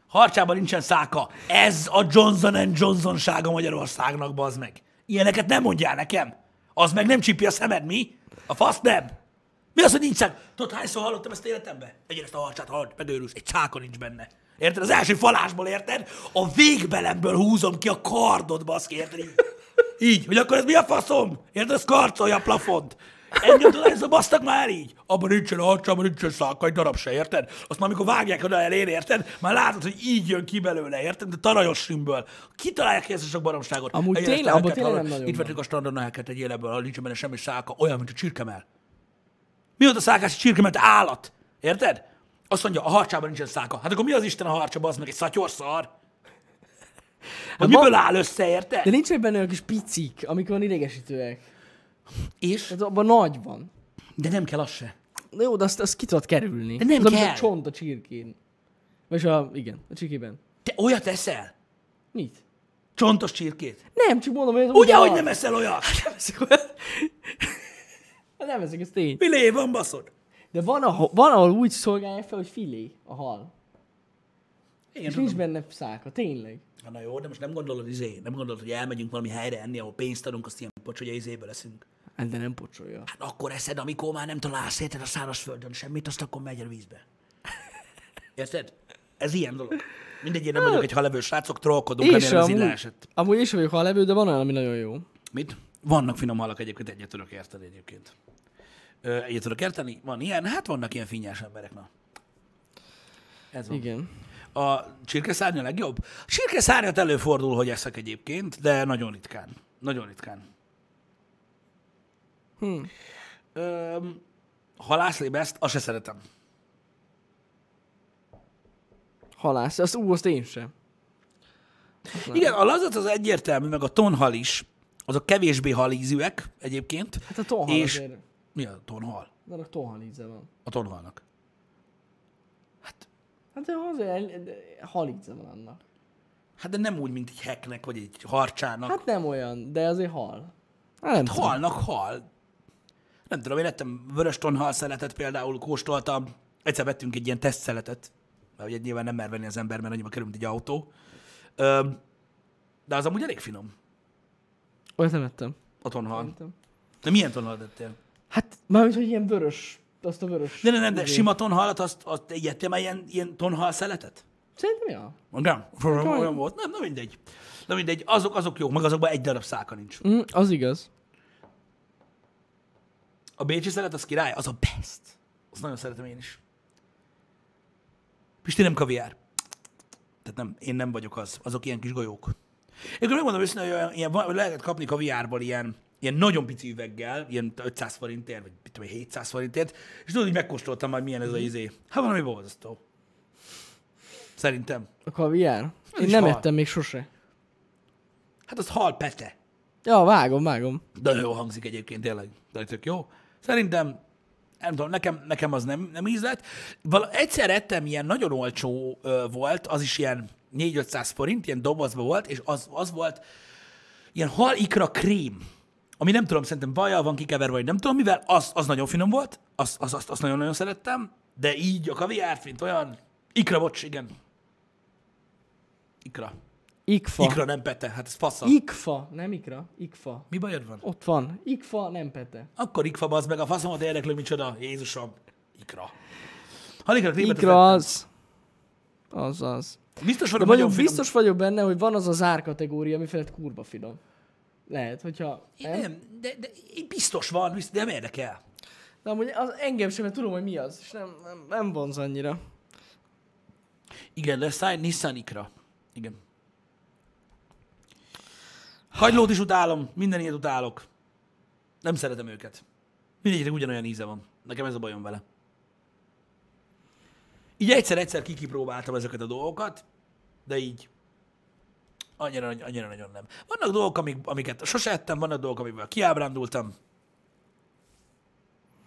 harcsában nincsen száka. Ez a Johnson Johnson sága Magyarországnak, bazd meg. Ilyeneket nem mondjál nekem. Az meg nem csípi a szemed, mi? A fasz nem. Mi az, hogy nincs száka? Tudod, hányszor hallottam ezt életemben? Egyre ezt a harcsát hallod, megőrülsz. Egy száka nincs benne. Érted? Az első falásból, érted? A végbelemből húzom ki a kardot, baszki, érted? Így, így hogy akkor ez mi a faszom? Érted? Ez karcolja a plafont. Engem tudod, ez a basztak már így? Abban nincsen harcsa, abban nincsen száka, egy darab se, érted? Azt már amikor vágják oda elén, érted? Már látod, hogy így jön ki belőle, érted? De tarajos sümből. Kitalálják ezt a sok baromságot.
Amúgy
Egyrészt
tényleg,
a
abban
helket
tényleg
hallod,
nem nagyon
Itt vettük a standardon elket egy éleből, ahol nincs benne semmi száka, olyan, mint a csirkemel. Mi volt a szákás egy csirkemelt állat? Érted? Azt mondja, a harcsában nincsen száka. Hát akkor mi az Isten a harcsa, az meg egy szatyorszar?
Hát
Vagy
ma-
miből áll össze, érted?
De nincs benne olyan kis picik, amik olyan idegesítőek.
És?
Tehát abban nagy van.
De nem kell az se.
Na jó, de azt, azt ki tudod kerülni.
De nem
az, amit
kell.
a csont a csirkén. Vagyis a, igen, a csirkében.
Te olyat eszel?
Mit?
Csontos csirkét?
Nem, csak mondom, hogy ez
Ugye, hogy
van.
nem eszel olyat?
nem ezek olyan. Hát nem ezek, ez tény.
Mi lé van, baszod?
De van, ahol, van, ahol úgy szolgálják fel, hogy filé a hal.
Igen,
És
tudom.
nincs benne száka, tényleg.
Na, Na jó, de most nem gondolod, izé, nem gondolod, hogy elmegyünk valami helyre enni, ahol pénzt adunk, azt ilyen pocsolya izébe leszünk.
Hát de nem pocsolja.
Hát akkor eszed, amikor már nem találsz érted a szárazföldön semmit, azt akkor megy a vízbe. Érted? Ez ilyen dolog. Mindegy, én nem vagyok egy halevő srácok, trollkodunk,
És
remélem ez így
Hát- amúgy,
leesett.
amúgy is vagyok halevő, de van olyan, ami nagyon jó.
Mit? Vannak finom halak egyébként, egyet tudok érteni egyébként. Ö, Egyet tudok érteni? Van ilyen? Hát vannak ilyen finnyás emberek, na. Ez van.
Igen.
A csirkeszárnya legjobb? A csirkeszárnyat előfordul, hogy eszek egyébként, de nagyon ritkán. Nagyon ritkán.
Hmm.
Hm. Öm, halászlébeszt, azt se szeretem.
Halász. Azt, ú, azt én sem.
Igen, a lazac az egyértelmű, meg a tonhal is. Azok kevésbé halízűek egyébként.
Hát a tonhal
És-
és... azért.
Mi a tonhal?
De a tonhal íze van.
A tonhalnak.
Hát de azért el- de hal íze van annak.
Hát de nem úgy, mint egy heknek, vagy egy harcsának. Hát,
Hát nem olyan, de azért hal. Hát nem tudom.
Halnak hal. Nem tudom, én lettem vörös tonhal szeletet például, kóstoltam. Egyszer vettünk egy ilyen tesztszeletet, mert ugye nyilván nem mer venni az ember, mert annyiba került egy autó. Öm, de az amúgy elég finom,
Olyat nem ettem.
a tonhal.
Szerintem.
De milyen tonhal ettél?
Hát, mármint, hogy ilyen vörös, azt a vörös.
De nem, nem, de
izé.
sima tonhalat, azt, azt egyettél már ilyen, ilyen tonhal szeletet?
Szerintem ja.
Nem, olyan volt. Nem, nem mindegy. Na mindegy, azok, azok jók, meg azokban egy darab száka nincs.
Mm, az igaz.
A bécsi szelet az király, az a best. Azt nagyon szeretem én is. Pisti nem kaviár. Tehát nem, én nem vagyok az. Azok ilyen kis golyók. Én akkor megmondom őszintén, hogy olyan, ilyen, van- lehet kapni kaviárból ilyen, ilyen nagyon pici üveggel, ilyen 500 forintért, vagy mit tudom, én, 700 forintért, és tudod, hogy megkóstoltam majd milyen ez a izé. Hát valami borzasztó. Szerintem.
A kaviár? Én
is
nem
hal.
ettem még sose.
Hát az hal pete.
Ja, vágom, vágom.
Nagyon jól hangzik egyébként, tényleg. De tök jó. Szerintem, nem tudom, nekem, nekem az nem, nem ízlett. Val- egyszer ettem, ilyen nagyon olcsó ö, volt, az is ilyen 4-500 forint, ilyen dobozban volt, és az, az volt ilyen halikra krém, ami nem tudom, szerintem vajjal van kikeverve, vagy nem tudom mivel, az, az nagyon finom volt, azt az, az, az nagyon-nagyon szerettem, de így a kaviárt, mint olyan, ikra, bocs, igen. Ikra.
Ikfa.
Ikra, nem pete, hát ez fasza.
Ikfa, nem ikra, ikfa.
Mi bajod van?
Ott van. Ikfa, nem pete.
Akkor ikfa bazd meg, a faszomat érdeklő, micsoda. Jézusom, ikra. Ha ikra, krémet
Ikra
az...
az. Az az.
Biztos
De
vagyok, nagyon
mondjuk
finom.
biztos vagyok benne, hogy van az az árkategória, ami felett kurva finom. Lehet, hogyha...
Én nem, de, de én biztos van, biztos, de nem érdekel.
De amúgy az engem sem, mert tudom, hogy mi az, és nem, nem, nem vonz annyira.
Igen, lesz egy Nissan ikra. Igen. Hagylót is utálom, minden ilyet utálok. Nem szeretem őket. Mindegyiknek ugyanolyan íze van. Nekem ez a bajom vele. Így egyszer-egyszer kikipróbáltam ezeket a dolgokat, de így annyira, annyira nagyon nem. Vannak dolgok, amik, amiket sose ettem, vannak dolgok, amikből kiábrándultam.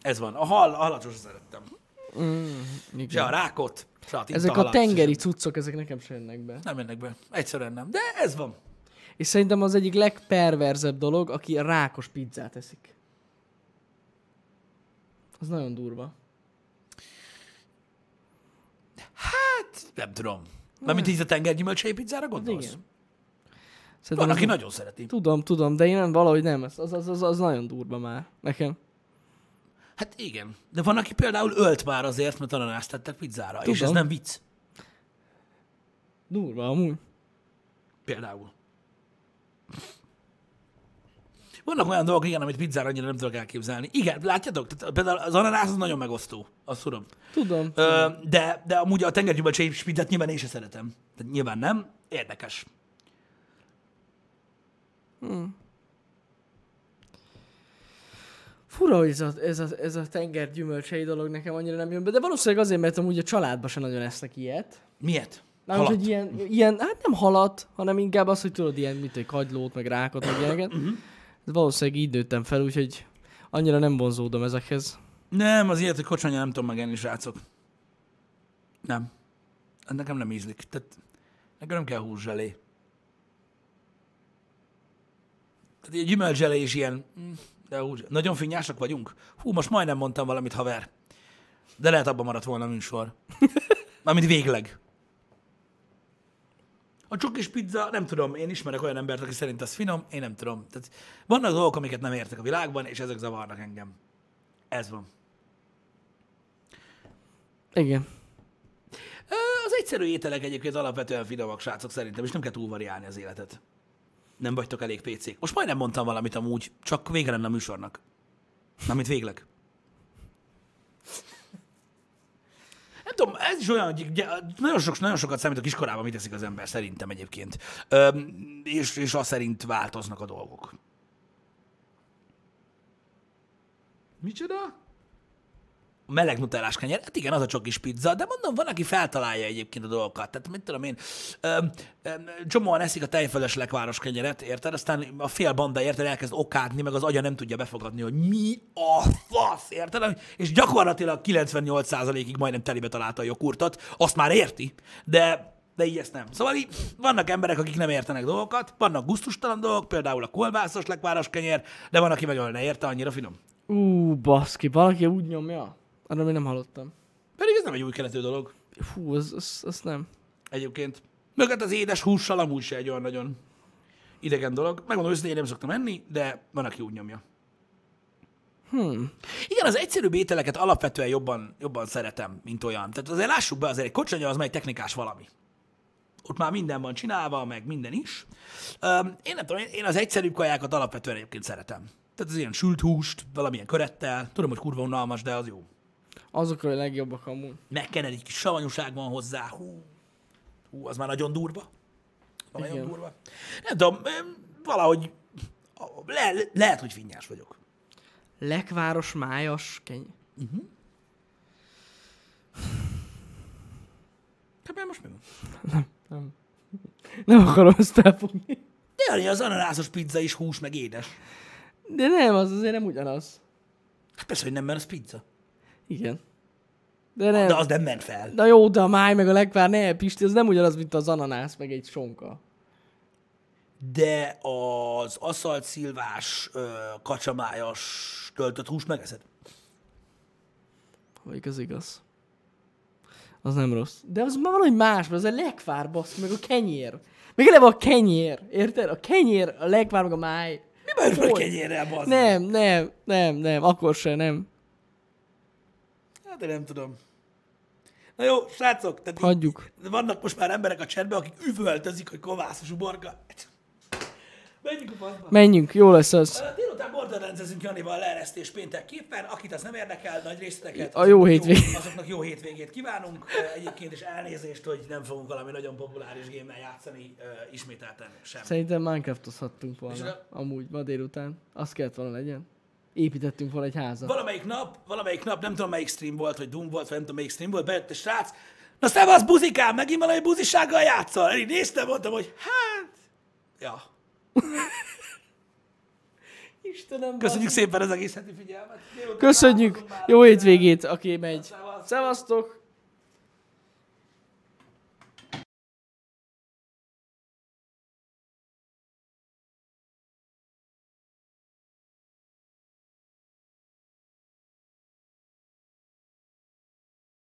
Ez van. A hal, a halat sose szerettem. Se a rákot, se a
Ezek a
tintahalat, se
tengeri cuccok, ezek nekem sem jönnek be.
nem jönnek be. Egyszerűen nem. De ez van.
És szerintem az egyik legperverzebb dolog, aki rákos pizzát eszik. Az nagyon durva.
Hát, nem tudom. Mármint így a tengergyümölcsei pizzára gondolsz?
Igen.
Igen.
Szerintem
Van,
az
aki nagyon szereti.
Tudom, tudom, de én nem, valahogy nem. Az, az, az, az, az nagyon durva már nekem.
Hát igen. De van, aki például ölt már azért, mert ananást tettek pizzára. Tudom. És ez
Tudom.
nem vicc.
Durva amúgy.
Például. Vannak olyan dolgok, igen, amit pizzára annyira nem tudok elképzelni. Igen, látjátok? Tehát például az ananász az nagyon megosztó. Azt tudom.
Tudom.
Ö, de, de amúgy a tengergyümölcsei spidet nyilván én se szeretem. Tehát nyilván nem. Érdekes.
Fura, hogy ez a, ez, a, ez a tenger gyümölcsei dolog nekem annyira nem jön be, de valószínűleg azért, mert amúgy a családban sem nagyon esznek ilyet.
Miért?
Mármint,
Halat.
hogy ilyen, ilyen, hát nem halat, hanem inkább az, hogy tudod, ilyen, mint egy kagylót, meg rákot, meg ilyeneket. Ez valószínűleg így nőttem fel, úgyhogy annyira nem vonzódom ezekhez.
Nem, az ilyet, hogy kocsonya nem tudom megenni, srácok. Nem. Hát Nekem nem ízlik. Tehát nekem nem kell húszzselé. Tehát ilyen gyümölcselé is ilyen, mm, de húzs. Nagyon finnyásak vagyunk. Hú, most majdnem mondtam valamit, haver. De lehet abban maradt volna a műsor. Mármint végleg. A csokis pizza, nem tudom, én ismerek olyan embert, aki szerint az finom, én nem tudom. Tehát vannak dolgok, amiket nem értek a világban, és ezek zavarnak engem. Ez van.
Igen.
Ö, Az egyszerű ételek egyébként alapvetően finomak, srácok, szerintem, és nem kell túlvariálni az életet. Nem vagytok elég pc Most majdnem mondtam valamit amúgy, csak vége lenne a műsornak. Na, mint végleg. Nem tudom, ez is olyan, hogy ugye, nagyon, sok, nagyon sokat számít a kiskorában, mit teszik az ember, szerintem egyébként. Öm, és, és azt szerint változnak a dolgok. Micsoda? A meleg nutellás kenyér, hát igen, az a csokis pizza, de mondom, van, aki feltalálja egyébként a dolgokat. Tehát mit tudom én, öm, öm, csomóan eszik a tejfölös lekváros kenyeret, érted? Aztán a fél banda, érted, elkezd okátni, meg az agya nem tudja befogadni, hogy mi a fasz, érted? És gyakorlatilag 98%-ig majdnem telibe találta a jogurtot, azt már érti, de de így ezt nem. Szóval így vannak emberek, akik nem értenek dolgokat, vannak gusztustalan dolgok, például a kolbászos lekváros kenyér, de van, aki meg olyan ne érte, annyira finom.
Ú, baszki, valaki úgy nyomja? Arra még nem hallottam.
Pedig ez nem egy új keletű dolog.
Fú, az, az, az nem.
egyébként. Mögött az édes hússal amúgy se egy olyan nagyon idegen dolog. Megmondom őszintén, én nem szoktam enni, de van, aki úgy nyomja. Igen, az egyszerűbb ételeket alapvetően jobban, jobban szeretem, mint olyan. Tehát azért lássuk be, azért egy kocsonya az már egy technikás valami. Ott már minden van csinálva, meg minden is. Öm, én nem tudom, én- én az egyszerűbb kajákat alapvetően egyébként szeretem. Tehát az ilyen sült húst, valamilyen körettel. Tudom, hogy kurva unalmas, de az jó.
Azok a legjobbak amúgy.
Megkened, egy kis savanyúság van hozzá. Hú, hú az már nagyon durva. Az már nagyon
Igen.
durva. Nem tudom, em, valahogy le, le- lehet, hogy finnyás vagyok.
Lekváros, májas, keny.
Hát mert most mi van?
Nem akarom ezt elfogni.
De az ananászos pizza is hús, meg édes.
De nem, az azért nem ugyanaz.
Hát persze, hogy nem, mert az pizza.
Igen. De nem.
De az nem ment fel.
Na jó, de a máj meg a lekvár, ne Pisti, az nem ugyanaz, mint az ananász, meg egy sonka.
De az aszalt szilvás, ö, kacsamájas töltött hús megeszed.
Hogy az igaz. Az nem rossz. De az már valahogy más, mert az a lekvár, bassz, meg a kenyér. Még eleve a kenyér, érted? A kenyér, a lekvár, meg a máj.
Mi baj van a
Hogy?
kenyérrel, bazd?
Nem, nem, nem, nem, akkor se, nem.
Hát én nem tudom. Na jó, srácok, tehát így-
Hagyjuk.
vannak most már emberek a csetben, akik üvöltözik, hogy kovászos uborka. Menjünk a faszba.
Menjünk, jó lesz az.
Ö, Délután borderlandezünk Janival leeresztés péntekképpen, akit az nem érdekel, nagy részleteket.
A jó
azoknak
hétvégét.
Azoknak jó hétvégét kívánunk. Ö, Egyébként is elnézést, hogy nem fogunk valami nagyon populáris gémmel játszani ö, ismételten sem.
Szerintem Minecraftozhattunk volna.
Micsoda?
Amúgy ma délután. Az kellett volna legyen. Építettünk volna egy házat.
Valamelyik nap, valamelyik nap, nem tudom melyik stream volt, vagy Doom volt, vagy nem tudom melyik stream volt, bejött egy srác, na szevasz buzikám, megint valami buzisággal játszol. Én így néztem, mondtam, hogy hát... Ja.
Istenem,
Köszönjük szépen az egész heti figyelmet. Délután
Köszönjük!
találkozunk már.
Jó hétvégét, aki megy.
Szevasztok.
Szevasztok!